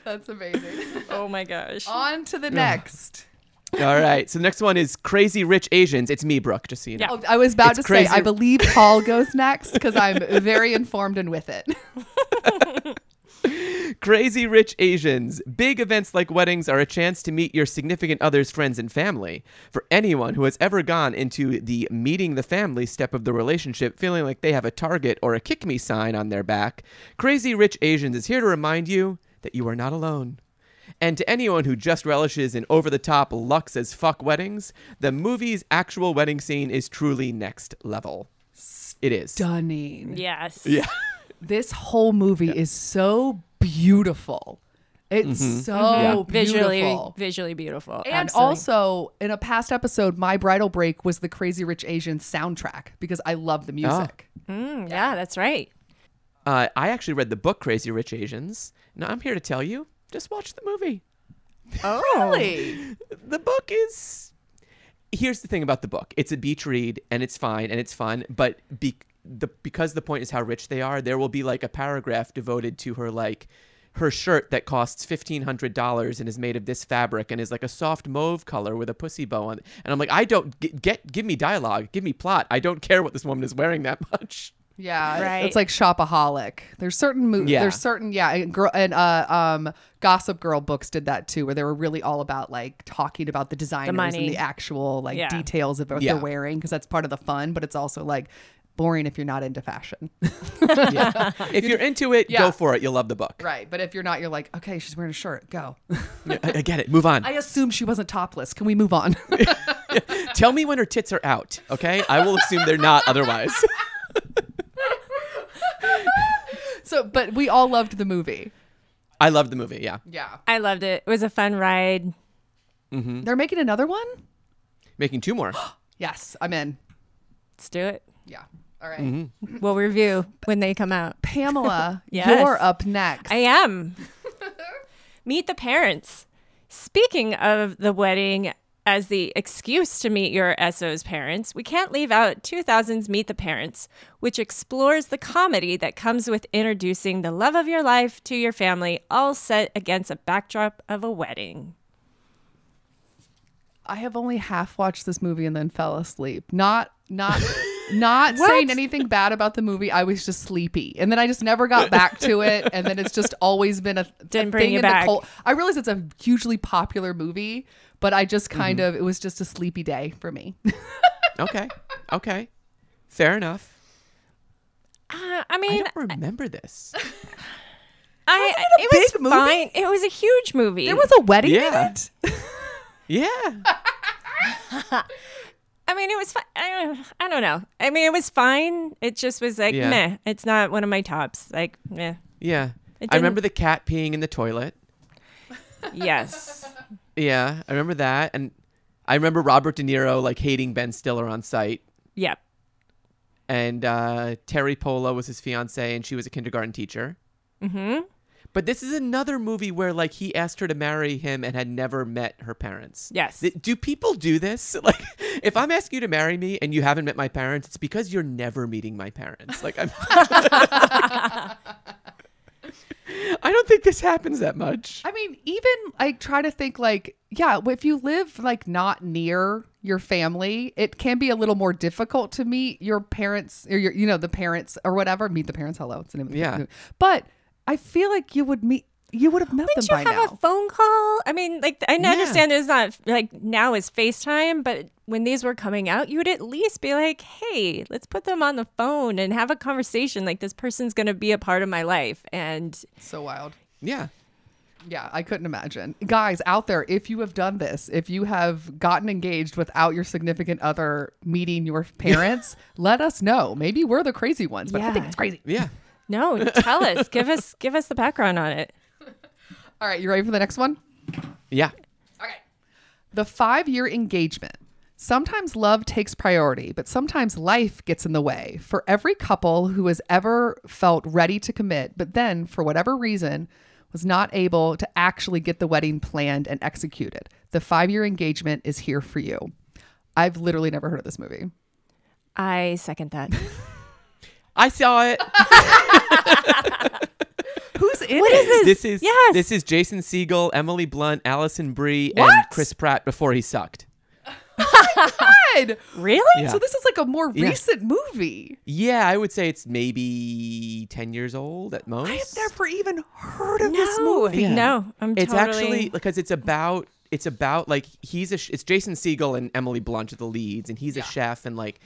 S1: That's amazing.
S2: Oh my gosh.
S1: On to the next.
S4: all right so the next one is crazy rich asians it's me brooke just so you know
S2: Yeah.
S1: Oh, I was about
S4: It's
S1: to
S4: crazy.
S1: say, I believe Paul goes next because I'm very informed and with it.
S4: Crazy Rich Asians. Big events like weddings are a chance to meet your significant other's friends and family. For anyone who has ever gone into the meeting the family step of the relationship feeling like they have a target or a kick me sign on their back, Crazy Rich Asians is here to remind you that you are not alone. And to anyone who just relishes in over the top luxe as fuck weddings, the movie's actual wedding scene is truly next level. It is.
S1: Stunning.
S2: Yes.
S4: Yeah.
S1: This whole movie is so beautiful. It's
S4: Mm-hmm.
S1: so beautiful.
S2: Oh, Visually visually beautiful.
S1: And
S2: Absolutely.
S1: also, in a past episode, my bridal break was the Crazy Rich Asian soundtrack because I love the
S4: Ah.
S1: music.
S2: Mm, yeah, that's right.
S4: Uh, I actually read the book Crazy Rich Asians. Now I'm here to tell you, just watch the movie.
S1: Oh.
S2: Oh.
S1: Really?
S4: The book is. Here's the thing about the book. It's a beach read, and it's fine, and it's fun. But be- the because the point is how rich they are, there will be like a paragraph devoted to her like her shirt that costs fifteen hundred dollars and is made of this fabric and is like a soft mauve color with a pussy bow on. it. And I'm like, I don't get, get give me dialogue, give me plot. I don't care what this woman is wearing that much.
S1: Yeah,
S2: Right.
S1: it's like shopaholic. There's certain movies.
S4: Yeah.
S1: There's certain yeah, and girl and uh, um, Gossip Girl books did that too, where they were really all about like talking about the designers
S2: money.
S1: and the actual like
S2: Yeah.
S1: details of what
S4: Yeah.
S1: they're wearing because that's part of the fun. But it's also like boring if you're not into fashion,
S4: Yeah. if you're into it,
S1: Yeah.
S4: go for it. You'll love the book.
S1: right? But if you're not, you're like, okay, she's wearing a shirt. Go.
S4: Yeah, I, I get it. Move on.
S1: I assume she wasn't topless. Can we move on?
S4: Tell me when her tits are out, okay? I will assume they're not otherwise.
S1: so, but we all loved the movie.
S4: I love the movie, yeah.
S1: Yeah,
S2: I loved it. It was a fun ride.
S1: they're making another one.
S4: Making two more.
S1: Yes, I'm in.
S2: Let's do it.
S1: Yeah. All right.
S2: We'll review when they come out.
S1: Pamela,
S2: Yes.
S1: you're up next.
S2: I am. meet the parents. Speaking of the wedding as the excuse to meet your SO's parents, we can't leave out 2000's Meet the Parents, which explores the comedy that comes with introducing the love of your life to your family, all set against a backdrop of a wedding.
S1: I have only half watched this movie and then fell asleep. Not not not
S2: What?
S1: saying anything bad about the movie. I was just sleepy, and then I just never got back to it. And then it's just always been a, a
S2: Didn't bring
S1: thing
S2: you
S1: in
S2: back.
S1: the cult. I realize it's a hugely popular movie, but I just kind of it was just a sleepy day for me.
S4: Okay. Okay. Fair enough.
S2: Uh, I
S4: I
S2: mean,
S4: don't remember this.
S2: I, it,
S1: a
S2: was
S1: big movie?
S2: fine. It was a huge movie.
S1: There was a wedding
S4: Yeah.
S1: in it.
S4: Yeah.
S2: I mean, it was fine. I, don't- I don't know. I mean, it was fine. It just was like
S4: Yeah.
S2: meh. It's not one of my tops. Like meh.
S4: Yeah.
S2: It
S4: I remember the cat peeing in the toilet.
S2: didn't- Yes.
S4: Yeah, I remember that, and I remember Robert De Niro like hating Ben Stiller on sight,
S2: Yep.
S4: and uh, Terry Pola was his fiance, and she was a kindergarten teacher.
S2: hmm
S4: But this is another movie where like he asked her to marry him and had never met her parents.
S2: Yes.
S4: Th- Do people do this? Like, if I'm asking you to marry me and you haven't met my parents, it's because you're never meeting my parents. Like, I'm. I don't think this happens that much.
S1: I mean, even I try to think like, yeah, if you live like not near your family, it can be a little more difficult to meet your parents or your, you know, the parents or whatever. Meet the parents. Hello, it's the name of the
S4: Yeah.
S1: movie. But I feel like you would meet, you would have met
S2: Did you
S1: them by
S2: have
S1: now.
S2: a phone call? I mean, like I understand it's not like now is FaceTime, but when these were coming out, you would at least be like, "Hey, let's put them on the phone and have a conversation. Like this person's going to be a part of my life." And
S1: so wild.
S4: Yeah.
S1: Yeah, I couldn't imagine. Guys out there, if you have done this, if you have gotten engaged without your significant other meeting your parents, let us know. Maybe we're the crazy ones, but I think
S2: Yeah.
S1: it's crazy.
S4: Yeah.
S2: no, tell us, give us, give us the background on it.
S1: All right, you ready for the next one?
S4: Yeah.
S1: The five year engagement. Sometimes love takes priority, but sometimes life gets in the way. For every couple who has ever felt ready to commit, but then, for whatever reason, was not able to actually get the wedding planned and executed, the five year engagement is here for you. I've literally never heard of this movie.
S2: I second that.
S4: I saw it.
S1: Who's in
S2: What is this?
S4: This is
S2: yes.
S4: This is Jason Siegel, Emily Blunt, Allison Brie, and
S1: What?
S4: Chris Pratt before he sucked.
S1: Good.
S2: really?
S4: Yeah.
S1: So this is like a more
S4: Yeah.
S1: recent movie.
S4: Yeah, I would say it's maybe ten years old at most.
S1: I have never even heard of this
S2: No,
S1: movie.
S4: Yeah.
S2: no, I'm
S4: it's
S2: totally.
S4: actually because it's about it's about like he's a sh- it's Jason Siegel and Emily Blunt are the leads, and he's a chef, and like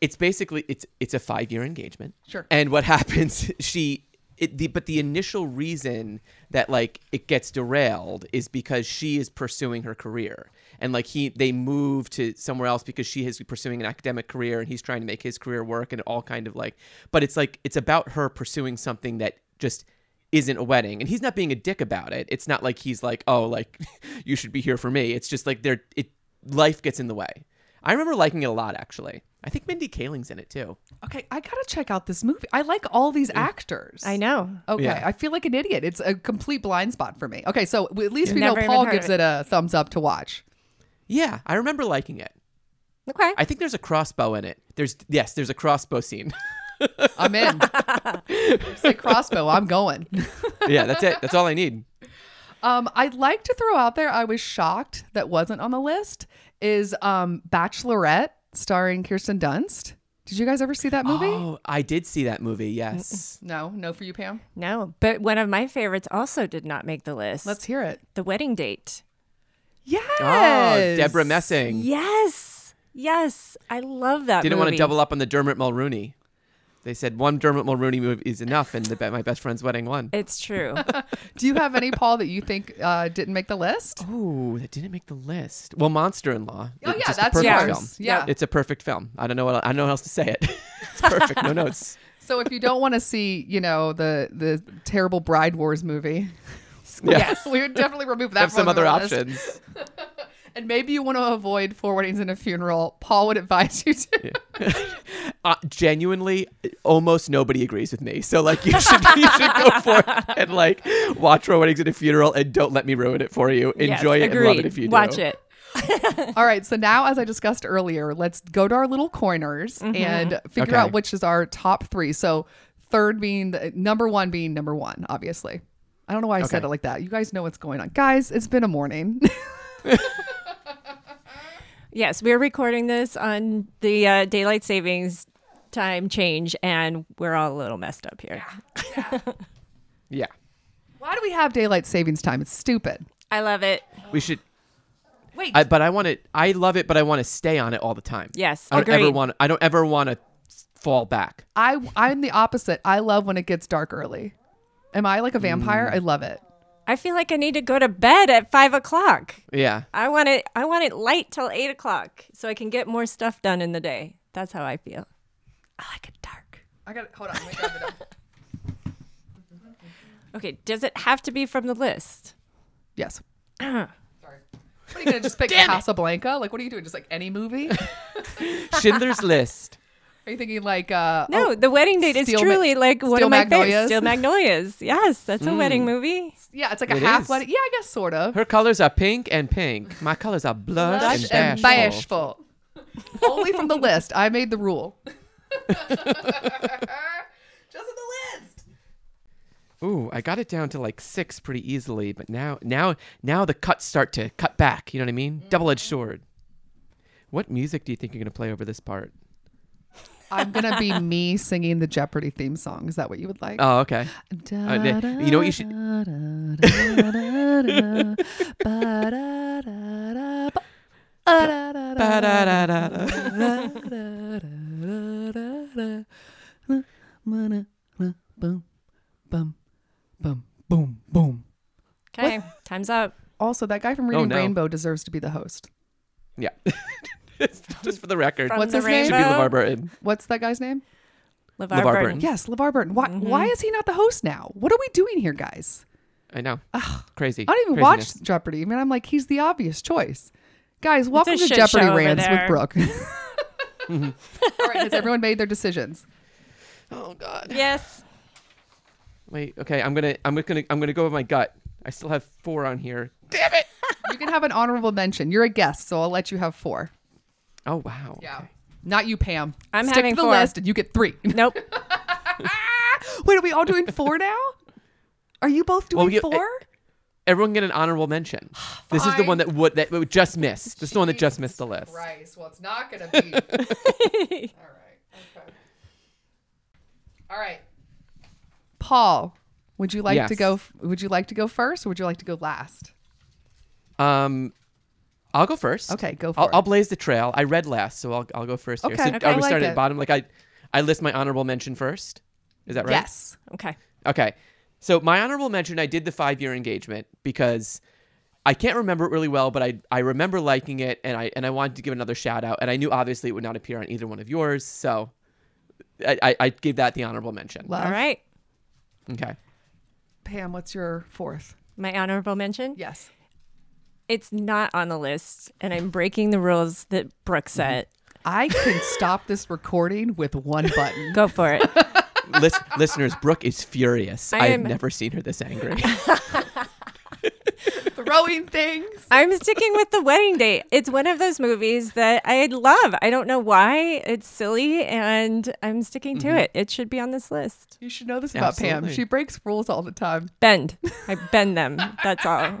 S4: it's basically it's it's a five year engagement.
S1: Sure.
S4: And what happens? She it the but the initial reason that like it gets derailed is because she is pursuing her career, and like he they move to somewhere else because she is pursuing an academic career, and he's trying to make his career work, and it all kind of like. But it's like it's about her pursuing something that just isn't a wedding and he's not being a dick about it it's not like he's like oh like you should be here for me it's just like there it life gets in the way i remember liking it a lot actually i think mindy kaling's in it too
S1: Okay, I gotta check out this movie. I like all these actors.
S2: I know.
S1: Okay,
S4: Yeah.
S1: I feel like an idiot. It's a complete blind spot for me. Okay, so at least we
S2: Never
S1: know
S2: even
S1: Paul
S2: heard
S1: gives
S2: of
S1: it. a thumbs up to watch.
S4: yeah i remember liking it
S2: Okay.
S4: i think there's a crossbow in it there's yes there's a crossbow scene
S1: I'm in. Say crossbow, I'm going.
S4: yeah that's it that's all i need
S1: Um, I'd like to throw out there. I was shocked that wasn't on the list. Is um, Bachelorette starring Kirsten Dunst? Did you guys ever see that movie?
S4: oh i did see that movie yes
S1: No, no for you, Pam.
S2: no, but one of my favorites also did not make the list.
S1: Let's hear it.
S2: the wedding date.
S1: Yes.
S4: oh deborah messing
S2: Yes. Yes. I love that
S4: didn't
S2: movie.
S4: want to double up on the dermot mulrooney they said one dermot mulrooney movie is enough and the Be- my best friend's wedding won
S2: It's true.
S1: Do you have any Paul that you think uh, didn't make the list?
S4: Oh, that didn't make the list. Well, Monster in Law.
S1: Oh,
S4: It's
S1: yeah,
S4: just a
S1: that's
S4: perfect
S2: yours.
S4: film.
S1: Yeah.
S4: it's a perfect film. I don't know what I don't know how else to say it. it's perfect. No notes.
S1: So if you don't want to see, you know, the the terrible Bride Wars movie,
S4: Yeah.
S1: yes, we would definitely remove that.
S4: Have
S1: from
S4: some other
S1: the list.
S4: options.
S1: And maybe you want to avoid four weddings and a funeral. Paul would advise you to.
S4: Uh, genuinely, almost nobody agrees with me. So like, you should you should go for it and like watch Row Weddings at a Funeral and don't let me ruin it for you.
S2: Yes,
S4: Enjoy it and love it
S2: agreed.
S4: if you do.
S2: Watch it.
S1: All right. So now, as I discussed earlier, let's go to our little corners and figure
S4: Mm-hmm. Okay.
S1: out which is our top three. So third being the, number one being number one, obviously. I don't know why I said
S4: Okay.
S1: it like that. You guys know what's going on, guys. It's been a morning.
S2: Yes, we're recording this on the uh, daylight savings time change, and we're all a little messed up here.
S4: Yeah,
S1: why do we have daylight savings time? It's stupid.
S2: I love it.
S4: we should.
S1: Wait.
S4: I, but I want to. I love it, but I want to stay on it all the time.
S2: Yes,
S4: I don't ever
S2: agreed.
S4: want. I don't ever want to fall back.
S1: I I'm the opposite. I love when it gets dark early. Am I like a vampire?
S4: Mm.
S1: I love it.
S2: I feel like I need to go to bed at five o'clock.
S4: Yeah.
S2: I want it. I want it light till eight o'clock, so I can get more stuff done in the day. That's how I feel. I like it dark.
S1: I got hold on. Let me grab it up.
S2: Okay, does it have to be from the list?
S1: Yes. Sorry. What are you gonna just pick Casablanca? Like, what are you doing? Just like any movie? Are
S4: Schindler's List.
S1: you thinking like uh,
S2: No,
S1: oh,
S2: the wedding date is
S1: Steel Ma-
S2: truly like one
S1: Steel
S2: of my
S1: Magnolias? Hmm.
S2: favorites. Steel Magnolias. Yes, that's a wedding movie.
S1: yeah, it's like a
S4: It
S1: half
S4: is.
S1: wedding. Yeah, I guess sort of.
S4: Her colors are pink and pink. My colors are blush,
S1: Lush
S4: and, bashful.
S1: bashful. Only from the list. I made the rule. just from the list.
S4: Ooh, I got it down to like six pretty easily, but now, now, now the cuts start to cut back. You know what I mean? Double-edged sword. What music do you think you're gonna play over this part?
S1: I'm gonna be me singing the Jeopardy theme song. Is that what you would like?
S4: Oh, okay.
S1: Da,
S4: yeah.
S1: da,
S4: You know what you should-
S1: da, da, da, da, da, ba, da, da, da, ba, ah, da, da, da,
S4: Ba-da-da-da-da.
S1: da, da, da, da, da, da. Na, ma, na, na, bum, bum, bum, boom, boom.
S2: Okay, time's up.
S1: Also, that guy from Reading
S4: Oh, no.
S1: Rainbow deserves to be the host.
S4: Yeah. Just for the record,
S2: From
S1: What's
S2: the
S1: his name?
S4: should
S2: rainbow.
S4: be LeVar Burton.
S1: What's that guy's name?
S2: LeVar,
S4: LeVar
S2: Burton.
S4: Burton.
S1: Yes, LeVar Burton. Why, why is he not the host now? What are we doing here, guys?
S4: I know. Crazy.
S1: I don't even
S4: Craziness.
S1: watch Jeopardy. I mean, I'm like, he's the obvious choice. Guys, welcome to
S2: shit
S1: Jeopardy
S2: show over
S1: Rants with
S2: there.
S1: Brooke. All right, has everyone made their decisions?
S4: Oh God.
S2: Yes.
S4: Wait. Okay. I'm gonna. I'm gonna. I'm gonna go with my gut. I still have four on here. Damn it.
S1: You can have an honorable mention. You're a guest, so I'll let you have four.
S4: Oh wow. okay.
S1: Not you, Pam.
S2: I'm
S1: Stick
S2: having
S1: to the
S2: four.
S1: list and you get three.
S2: Nope.
S1: Wait, are we all doing four now? Are you both doing
S4: Well, you- eh,
S1: four?
S4: Everyone get an honorable mention. This is the one that would that would just miss. This is the one that just missed the list.
S1: Rice. Well, it's not going to be. all right. Okay. All right. Paul, would you like to
S4: Yes.
S1: go? Would you like to go first, or would you like to go last?
S4: Um, I'll go first.
S1: Okay, go for
S4: I'll, I'll
S1: it.
S4: blaze the trail. I read last, so I'll I'll go first.
S1: Okay,
S4: Here. So
S1: okay,
S4: are
S1: I
S4: we
S1: like
S4: starting at
S1: it.
S4: the bottom? Like I, I list my honorable mention first. Is that right?
S1: Yes.
S2: Okay.
S4: Okay. So my honorable mention, I did the five year engagement because I can't remember it really well, but I I remember liking it and I and I wanted to give another shout out. And I knew obviously it would not appear on either one of yours, so I, I, I give that the honorable mention.
S1: Love.
S2: All right.
S4: Okay.
S1: Pam, what's your fourth?
S2: My honorable mention.
S1: Yes.
S2: It's not on the list, and I'm breaking the rules that Brooke
S1: Mm-hmm.
S2: set.
S1: I can stop this recording with one button.
S2: Go for it.
S4: List, listeners, Brooke is furious.
S2: I
S4: I have
S2: am-
S4: never seen her this angry.
S1: Throwing things.
S2: I'm sticking with the wedding date. It's one of those movies that I love. I don't know why. It's silly, and I'm sticking
S1: Mm-hmm.
S2: to it. It should be on this list.
S1: You should know this about Pam.
S4: Absolutely.
S1: She breaks rules all the time.
S2: Bend. I bend them. That's all.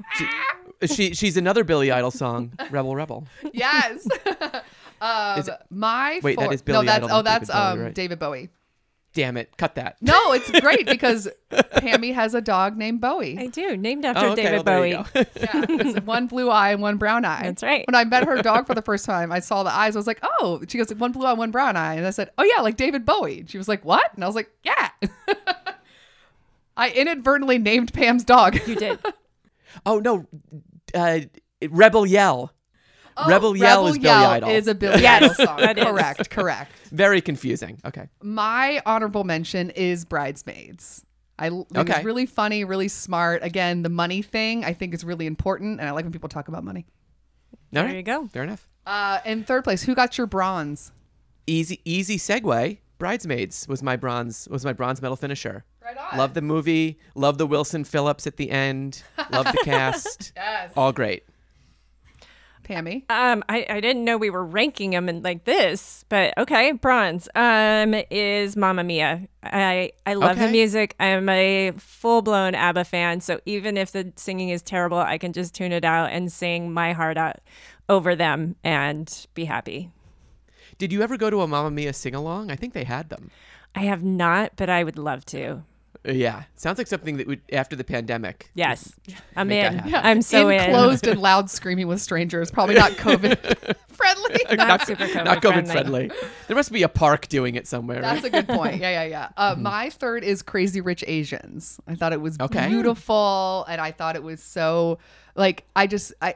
S4: she she's another Billy Idol song, Rebel Rebel.
S1: Yes. um,
S4: Is it-
S1: my
S4: Wait, that
S1: fourth-
S4: is Billy
S1: no, that's
S4: Idol,
S1: oh,
S4: not
S1: that's
S4: David Bowie,
S1: um
S4: right?
S1: David Bowie.
S4: Damn it, cut that.
S1: No, it's great because Pammy has a dog named Bowie.
S2: I do. Named after
S4: Oh, okay,
S2: David
S4: well, there
S2: Bowie.
S4: you go.
S1: Yeah, it's one blue eye and one brown eye.
S2: That's right.
S1: When I met her dog for the first time, I saw the eyes. I was like, oh, she goes, one blue eye, one brown eye. And I said, oh, yeah, like David Bowie. And she was like, what? And I was like, yeah. I inadvertently named Pam's dog.
S2: You did.
S4: oh no, uh, Rebel Yell.
S1: Oh,
S4: Rebel Yell is Billy Idol.
S1: Is a Billy
S2: Yes,
S1: Idol song.
S2: that is.
S1: Correct, correct.
S4: Very confusing. Okay.
S1: My honorable mention is Bridesmaids. I l- think
S4: Okay.
S1: it's really funny, really smart. Again, the money thing I think is really important, and I like when people talk about money.
S4: All
S2: There you go.
S4: Fair enough.
S1: Uh, in third place, who got your bronze?
S4: easy easy segue. Bridesmaids was my bronze was my bronze medal finisher.
S1: Right on.
S4: Love the movie. Love the Wilson Phillips at the end. Love the cast.
S1: Yes.
S4: All great.
S1: Pammy.
S2: Um, I, I didn't know we were ranking them in like this, but okay, bronze. Um, is Mamma Mia. I I love the
S4: Okay.
S2: music. I'm a full blown ABBA fan, so even if the singing is terrible, I can just tune it out and sing my heart out over them and be happy.
S4: Did you ever go to a Mamma Mia sing along? I think they had them.
S2: I have not, but I would love to.
S4: Uh, yeah. Sounds like something that would after the pandemic.
S2: Yes, I'm
S4: Make that
S2: in.
S4: happen.
S2: I'm so in.
S1: Enclosed and loud screaming with strangers. Probably not COVID friendly.
S2: Not, super COVID
S4: Not COVID
S2: friendly.
S4: friendly. There must be a park doing it somewhere.
S1: That's
S4: Right?
S1: a good point. Yeah, yeah, yeah.
S2: Mm-hmm.
S1: Uh, My third is Crazy Rich Asians. I thought it was
S4: Okay.
S1: beautiful, and I thought it was so like I just I.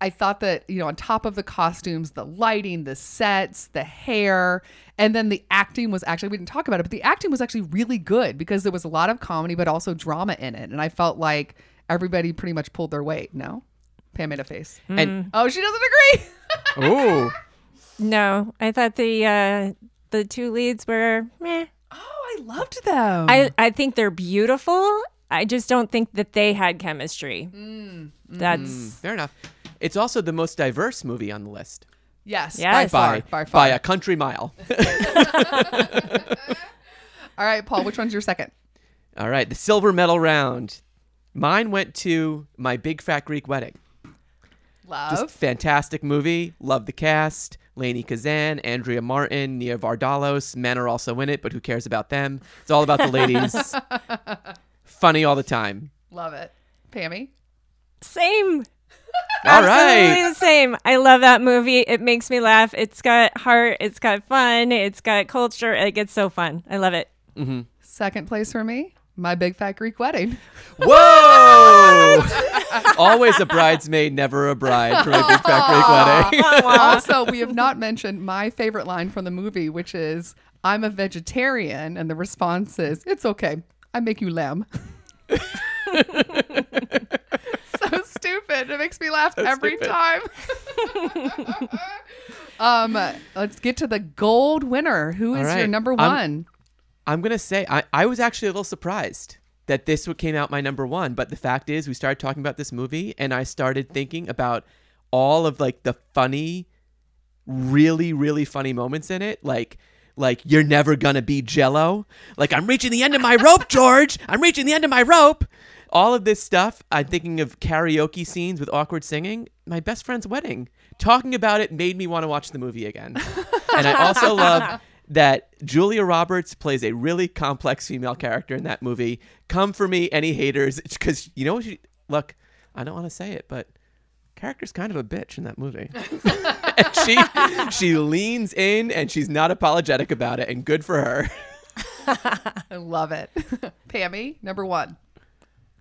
S1: I thought that, you know, on top of the costumes, the lighting, the sets, the hair, and then the acting was actually, we didn't talk about it, but the acting was actually really good because there was a lot of comedy, but also drama in it. And I felt like everybody pretty much pulled their weight. No? Pam made a face.
S4: And
S1: Oh, she doesn't agree.
S4: ooh,
S2: No, I thought the uh, the two leads were meh.
S1: oh, I loved them.
S2: I I think they're beautiful. I just don't think that they had chemistry. That's
S4: fair enough. It's also the most diverse movie on the list
S1: yes.
S2: Yes.
S1: By far.
S4: by
S1: By far.
S4: by a country mile.
S1: All right, Paul, which one's your second?
S4: All right, the silver medal round. Mine went to my big fat Greek wedding.
S1: Love.
S4: Just fantastic movie. Love the cast. Lainey Kazan, Andrea Martin, Nia Vardalos. Men are also in it, but who cares about them? It's all about the ladies. Funny all the time.
S1: Love it. Pammy.
S2: same.
S4: All
S2: Absolutely
S4: right.
S2: the same. I love that movie. It makes me laugh. It's got heart. It's got fun. It's got culture. Like it's so fun. I love it.
S1: Second place for me, my big fat Greek wedding.
S4: Whoa! Always a bridesmaid, never a bride for my big fat Greek wedding.
S1: also, we have not mentioned my favorite line from the movie, which is, I'm a vegetarian. And the response is, It's okay. I make you lamb. so stupid. It makes me laugh every
S4: stupid.
S1: time. um, let's get to the gold winner. Who is your
S4: right.
S1: number
S4: I'm-
S1: one?
S4: I'm gonna say I, I was actually a little surprised that this what came out my number one, but the fact is we started talking about this movie and I started thinking about all of like the funny, really, really funny moments in it. Like like you're never gonna be jello. Like I'm reaching the end of my rope, George. I'm reaching the end of my rope. All of this stuff, I'm thinking of karaoke scenes with awkward singing. My best friend's wedding. Talking about it made me want to watch the movie again. and I also love that Julia Roberts plays a really complex female character in that movie. Come for me, any haters, because you know what? She, look, I don't want to say it, but character's kind of a bitch in that movie. and she she leans in and she's not apologetic about it, and good for her.
S1: I love it. Pammy, number one.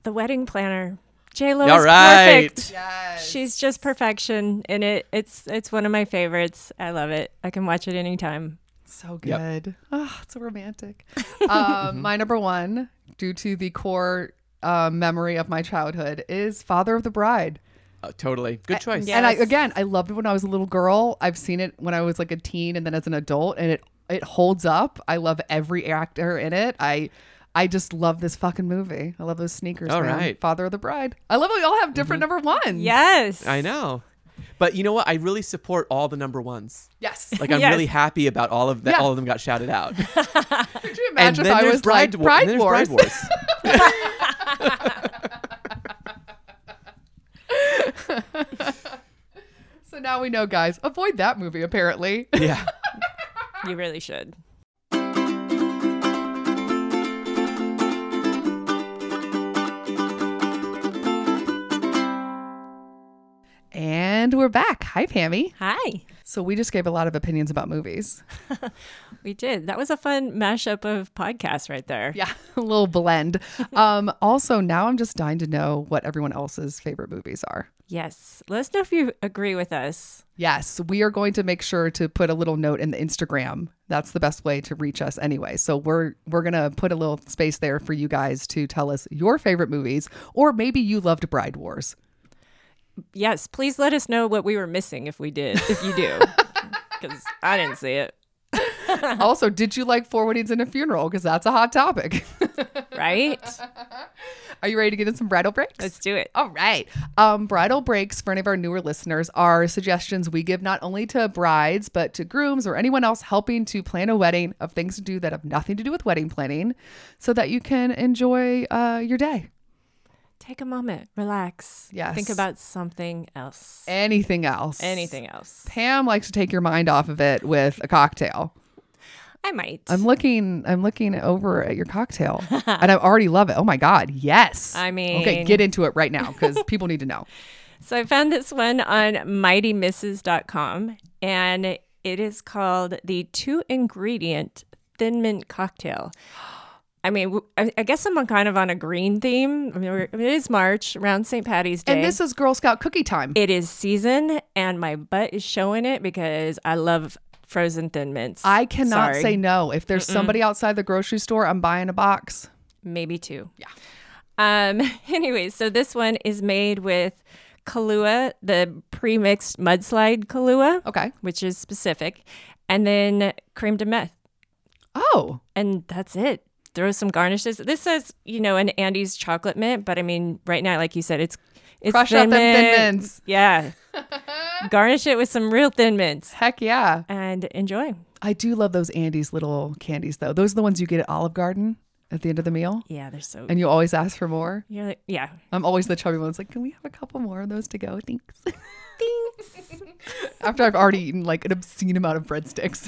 S2: The wedding planner. J Lo
S4: All
S2: is
S4: right.
S2: perfect.
S1: Yes.
S2: She's just perfection in it. It's it's one of my favorites. I love it. I can watch it anytime.
S1: So
S4: Yep. Mm-hmm.
S1: good. Oh, it's so romantic. um, my number one, due to the core uh, memory of my childhood, is Father of the Bride.
S4: Oh, totally,
S1: Uh,
S4: good choice.
S2: yeah.
S1: And I
S2: Yes.
S1: again, I loved it when I was a little girl. I've seen it when I was like a teen and then as an adult, and it it holds up. I love every actor in it. I I just love this fucking movie. I love those sneakers.
S4: All
S1: man.
S4: right. Mm-hmm.
S1: Father of the Bride. I love how y'all have different number ones.
S2: Yes.
S4: I know, but you know what? I really support all the number ones.
S1: Yes.
S4: Like I'm
S2: Yes.
S4: really happy about all of that.
S1: Yeah.
S4: All of them got shouted out.
S1: Could you
S4: and
S1: imagine
S4: then
S1: if I
S4: there's
S1: was
S4: bride,
S1: like
S4: Wa- and
S1: Bride
S4: then
S1: Wars?
S4: there's bride wars.
S1: so now we know, guys. Avoid that movie. Apparently.
S4: yeah.
S2: You really should.
S1: And we're back. Hi, Pammy.
S2: Hi.
S1: So we just gave a lot of opinions about movies.
S2: We did. That was a fun mashup of podcasts right there.
S1: Yeah, a little blend. Um, also, now I'm just dying to know what everyone else's favorite movies are.
S2: Yes. Let us know if you agree with us.
S1: Yes, we are going to make sure to put a little note in the Instagram. That's the best way to reach us anyway. So we're we're going to put a little space there for you guys to tell us your favorite movies or maybe you loved Bride Wars.
S2: Yes. Please let us know what we were missing if we did, if you do. Because I didn't see it.
S1: also, did you like Four Weddings and a Funeral because that's a hot topic.
S2: Right?
S1: are you ready to get in some bridal breaks?
S2: Let's do it.
S1: All right. Um, bridal breaks for any of our newer listeners are suggestions we give not only to brides, but to grooms or anyone else helping to plan a wedding of things to do that have nothing to do with wedding planning so that you can enjoy uh, your day.
S2: Take a moment. Relax.
S1: Yes.
S2: Think about something else.
S1: Anything else?
S2: Anything else.
S1: Pam likes to take your mind off of it with a cocktail.
S2: I might.
S1: I'm looking. I'm looking over at your cocktail, and I already love it. Oh my god, yes!
S2: I
S1: okay,
S2: mean-
S1: get into it right now because people need to know.
S2: So I found this one on mightymrs.com and it is called the two ingredient thin mint cocktail. I mean, w- I, I guess I'm on kind of on a green theme. I mean, we're, I mean, it is March around St. Patty's Day.
S1: And this is Girl Scout cookie time.
S2: it is season, and my butt is showing it because I love frozen thin mints.
S1: I cannot
S2: Sorry.
S1: say no. If there's somebody outside the grocery store, I'm buying a box.
S2: maybe two. Yeah. Um. Anyways, so this one is made with Kahlua, the pre-mixed mudslide Kahlua,
S1: Okay.
S2: which is specific, and then creme de menthe.
S1: Oh,
S2: and that's it. Throw some garnishes. This says, you know, an Andy's chocolate mint, but I mean, right now, like you said, it's it's
S1: Crush
S2: thin
S1: up them thin mints.
S2: Yeah, garnish it with some real thin mints
S1: heck yeah.
S2: and enjoy.
S1: I do love those Andy's little candies, though. Those are the ones you get at Olive Garden at the end of the meal,
S2: Yeah, they're so.
S1: and you always ask for more.
S2: you're like, yeah,
S1: I'm always the chubby one. It's like, can we have a couple more of those to go? Thanks. Thanks. After I've already eaten like an obscene amount of breadsticks,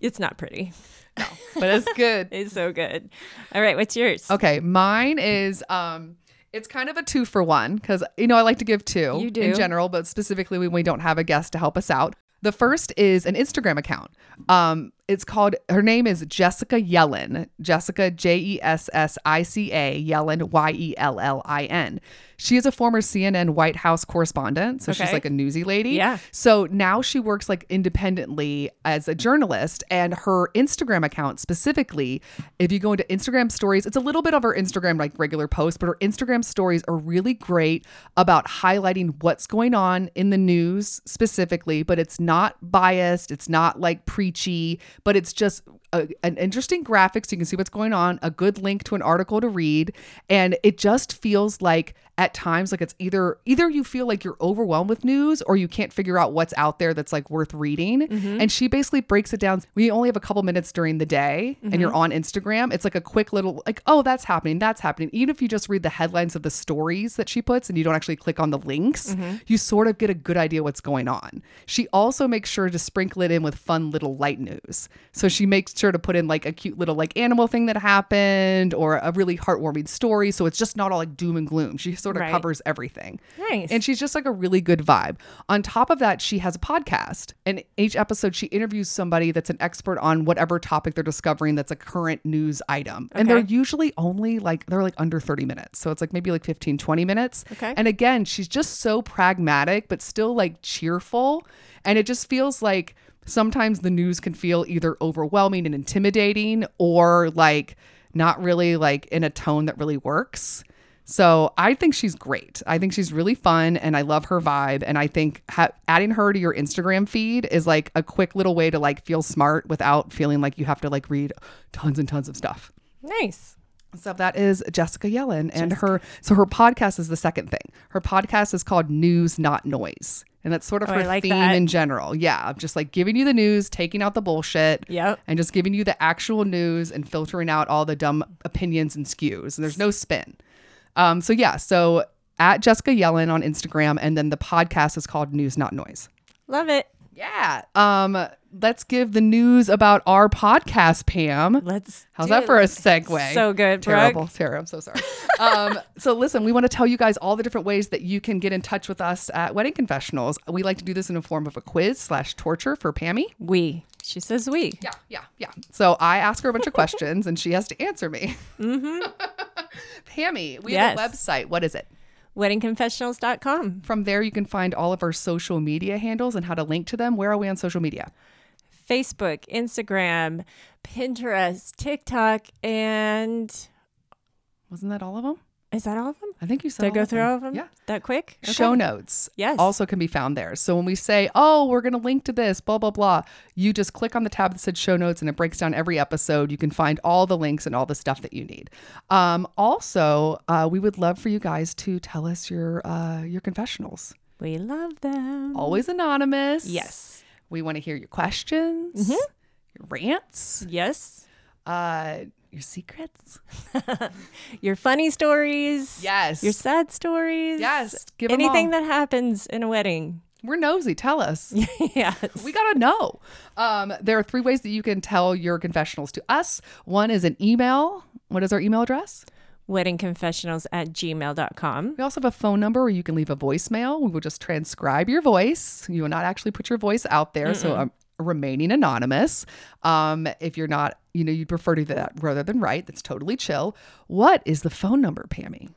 S2: it's not pretty.
S1: but it's good.
S2: It's so good. All right, what's yours?
S1: Okay, mine is um it's kind of a two for one because you know I like to give two
S2: You do.
S1: in general, but specifically when we don't have a guest to help us out. The first is an Instagram account. Um, it's called her name is Jessica Yellen. Jessica J E S S I C A Yellen Y E L L I N. She is a former CNN White House correspondent, so she's
S2: Okay.
S1: like a newsy lady.
S2: Yeah.
S1: So now she works like independently as a journalist, and her Instagram account specifically, if you go into Instagram stories, it's a little bit of her Instagram like regular post, but her Instagram stories are really great about highlighting what's going on in the news specifically, but it's not biased, it's not like preachy, but it's just a, an interesting graphic so you can see what's going on, a good link to an article to read, and it just feels like at times like it's either either you feel like you're overwhelmed with news or you can't figure out what's out there that's like worth reading. And she basically breaks it down. We only have a couple minutes during the day and you're on Instagram. It's like a quick little like oh that's happening, that's happening. Even if you just read the headlines of the stories that she puts and you don't actually click on the links, you sort of get a good idea what's going on. She also makes sure to sprinkle it in with fun little light news. So she makes sure to put in like a cute little like animal thing that happened or a really heartwarming story. So it's just not all like doom and gloom. She sort of
S2: Right.
S1: covers everything.
S2: Nice.
S1: And she's just like a really good vibe. On top of that, she has a podcast. And each episode, she interviews somebody that's an expert on whatever topic they're discovering that's a current news item. And they're
S2: Okay.
S1: usually only like, they're like under 30 minutes. So it's like maybe like 15, 20 minutes.
S2: Okay.
S1: And again, she's just so pragmatic, but still like cheerful. And it just feels like sometimes the news can feel either overwhelming and intimidating or like not really like in a tone that really works. So I think she's great. I think she's really fun and I love her vibe. And I think ha- adding her to your Instagram feed is like a quick little way to like feel smart without feeling like you have to like read tons and tons of stuff.
S2: nice.
S1: So that is Jessica Yellen and her so her podcast is the second thing. Her podcast is called News Not Noise. And that's sort of
S2: Oh, I
S1: her
S2: like
S1: theme
S2: that.
S1: in general. Yeah. Of just like giving you the news, taking out the bullshit.
S2: Yep.
S1: And just giving you the actual news and filtering out all the dumb opinions and skews. And there's no spin. Um, so yeah, so at Jessica Yellen on Instagram, and then the podcast is called News Not Noise.
S2: Love it.
S1: Yeah. Um, let's give the news about our podcast, Pam.
S2: Let's.
S1: How's
S2: do
S1: that for
S2: it.
S1: a segue?
S2: So good, Brooke.
S1: Terrible, terrible. I'm so sorry. um, so listen, we want to tell you guys all the different ways that you can get in touch with us at Wedding Confessionals. We like to do this in the form of a quiz slash torture for Pammy.
S2: We. She says we.
S1: Yeah, yeah, yeah. So I ask her a bunch of questions and she has to answer me. Mm-hmm. Pammy, we have a
S2: Yes.
S1: website. What is it?
S2: WeddingConfessionals.com.
S1: From there, you can find all of our social media handles and how to link to them. Where are we on social media?
S2: Facebook, Instagram, Pinterest, TikTok, and
S1: Wasn't that all of them?
S2: is that all of them?
S1: I think you said
S2: Did I
S1: all
S2: go through
S1: them.
S2: all of them?
S1: Yeah.
S2: That quick? Okay.
S1: Show notes
S2: Yes.
S1: also can be found there. So when we say, oh, we're going to link to this, blah, blah, blah, you just click on the tab that said show notes and it breaks down every episode. You can find all the links and all the stuff that you need. Um, also, uh, we would love for you guys to tell us your uh, your confessionals.
S2: We love them.
S1: Always anonymous.
S2: Yes. Mm-hmm.
S1: We want to hear your questions, your rants,
S2: Yes.
S1: uh, your secrets.
S2: Your funny stories.
S1: Yes.
S2: Your sad stories.
S1: Yes. Give 'em
S2: Anything
S1: all.
S2: that happens in a wedding.
S1: We're nosy. Tell us.
S2: yes.
S1: We gotta know. Um, there are three ways that you can tell your confessionals to us. One is an email. What is our email address?
S2: WeddingConfessionals at gmail.com.
S1: We also have a phone number where you can leave a voicemail. We will just transcribe your voice. You will not actually put your voice out there. So um, remaining anonymous. Um, if you're not, you know, you'd prefer to do that rather than write. That's totally chill. What is the phone number, Pammy?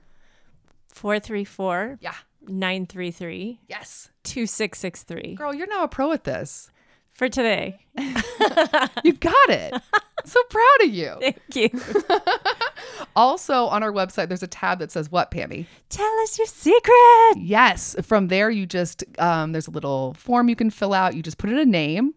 S2: 434
S1: Yeah.
S2: 933
S1: Yes.
S2: 2663.
S1: Girl, you're now a pro at this.
S2: For today.
S1: You got it. so proud of you.
S2: Thank you.
S1: Also, on our website, there's a tab that says what, Pammy?
S2: Tell us your secret.
S1: Yes. From there, you just, um, there's a little form you can fill out. You just put in a name.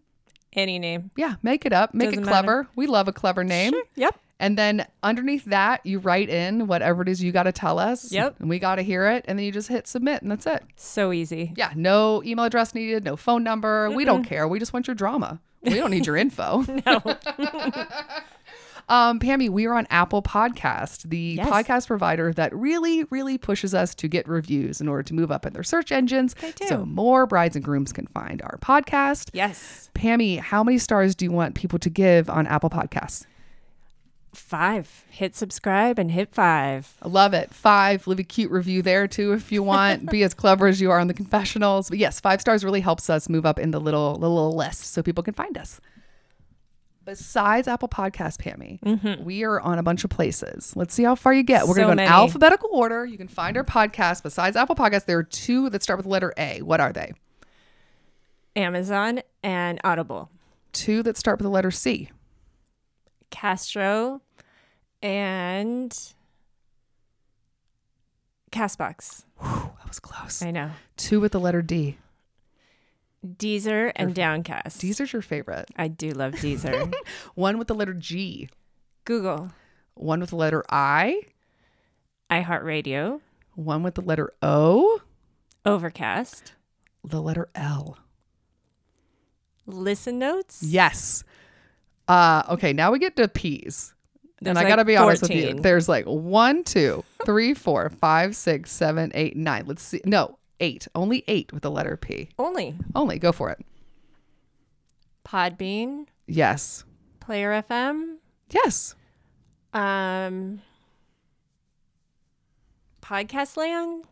S2: Any name.
S1: Yeah, make it up, make
S2: Doesn't
S1: it
S2: matter.
S1: clever. We love a clever name.
S2: Yep.
S1: And then underneath that, you write in whatever it is you got to tell us.
S2: Yep.
S1: And we got to hear it. And then you just hit submit and that's it.
S2: So easy.
S1: Yeah, no email address needed, no phone number. We don't care. We just want your drama. We don't need your info.
S2: No.
S1: Um, Pammy, we are on Apple Podcast, the
S2: Yes.
S1: podcast provider that really, really pushes us to get reviews in order to move up in their search engines. They
S2: do.
S1: So more brides and grooms can find our podcast.
S2: Yes.
S1: Pammy, how many stars do you want people to give on Apple Podcasts?
S2: Five. Hit subscribe and hit five.
S1: I love it. Five. Leave a cute review there too if you want. Be as clever as you are on the confessionals. But yes, five stars really helps us move up in the little the little list so people can find us. Besides Apple Podcast, Pammy, we are on a bunch of places. Let's see how far you get. We're
S2: Mm-hmm. So
S1: going to go
S2: many.
S1: in alphabetical order. You can find our podcast. Besides Apple Podcasts, there are two that start with the letter A. What are they?
S2: Amazon and Audible.
S1: Two that start with the letter C.
S2: Castro and Castbox.
S1: That was close.
S2: I know.
S1: Two with the letter D.
S2: Deezer and Downcast.
S1: Deezer's your favorite.
S2: I do love Deezer.
S1: One with the letter G.
S2: Google,
S1: One with the letter I.
S2: iHeartRadio,
S1: One with the letter O.
S2: Overcast,
S1: the letter L.
S2: Listen Notes.
S1: Yes. Uh, okay, now we get to P's.
S2: There's
S1: and I
S2: like
S1: gotta be honest with you.
S2: 14.
S1: There's like one, two, three, four, five, six, seven, eight, nine. Let's see. No, eight. Only eight with the letter P.
S2: Only
S1: Only. Go for it.
S2: Podbean,
S1: Yes.
S2: Player FM,
S1: Yes.
S2: um, Podcast Land,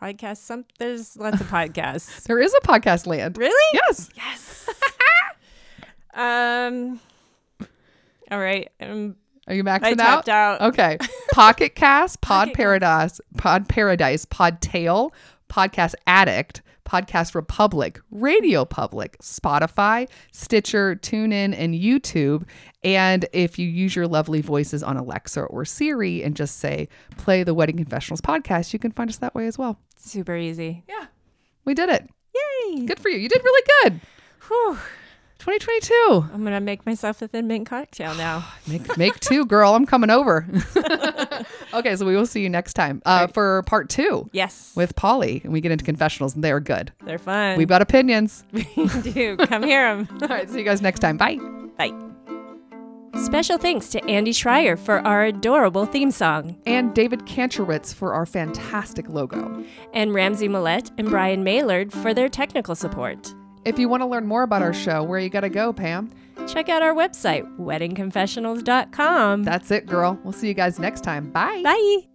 S2: Podcast. Some there's lots of podcasts.
S1: There is a podcast land.
S2: really?
S1: Yes.
S2: Yes. um. All right. Um,
S1: Are you maxing
S2: I tapped out.
S1: Okay. Pocket Cast, Pod Paradise, Pod Paradise, Pod Tail, Podcast Addict, Podcast Republic, Radio Public, Spotify, Stitcher, TuneIn, and YouTube. And if you use your lovely voices on Alexa or Siri and just say, play the Wedding Confessionals podcast, you can find us that way as well.
S2: Super easy.
S1: Yeah. We did it.
S2: Yay!
S1: Good for you. You did really good.
S2: Whew.
S1: 2022.
S2: I'm gonna make myself a thin mint cocktail now.
S1: Make, make two, girl. I'm coming over. okay, so we will see you next time uh, for part two.
S2: yes,
S1: with Polly and we get into confessionals and they are good.
S2: they're fun.
S1: We've got opinions.
S2: do come hear them.
S1: All right, see you guys next time. Bye.
S2: Bye. Special thanks to Andy Schreier for our adorable theme song,
S1: And David Kantrowitz for our fantastic logo.
S2: and Ramsey Millette and Brian Maylard for their technical support.
S1: If you want to learn more about our show, where you got to go, Pam?
S2: Check out our website, weddingconfessionals.com.
S1: That's it, girl. We'll see you guys next time. Bye.
S2: Bye.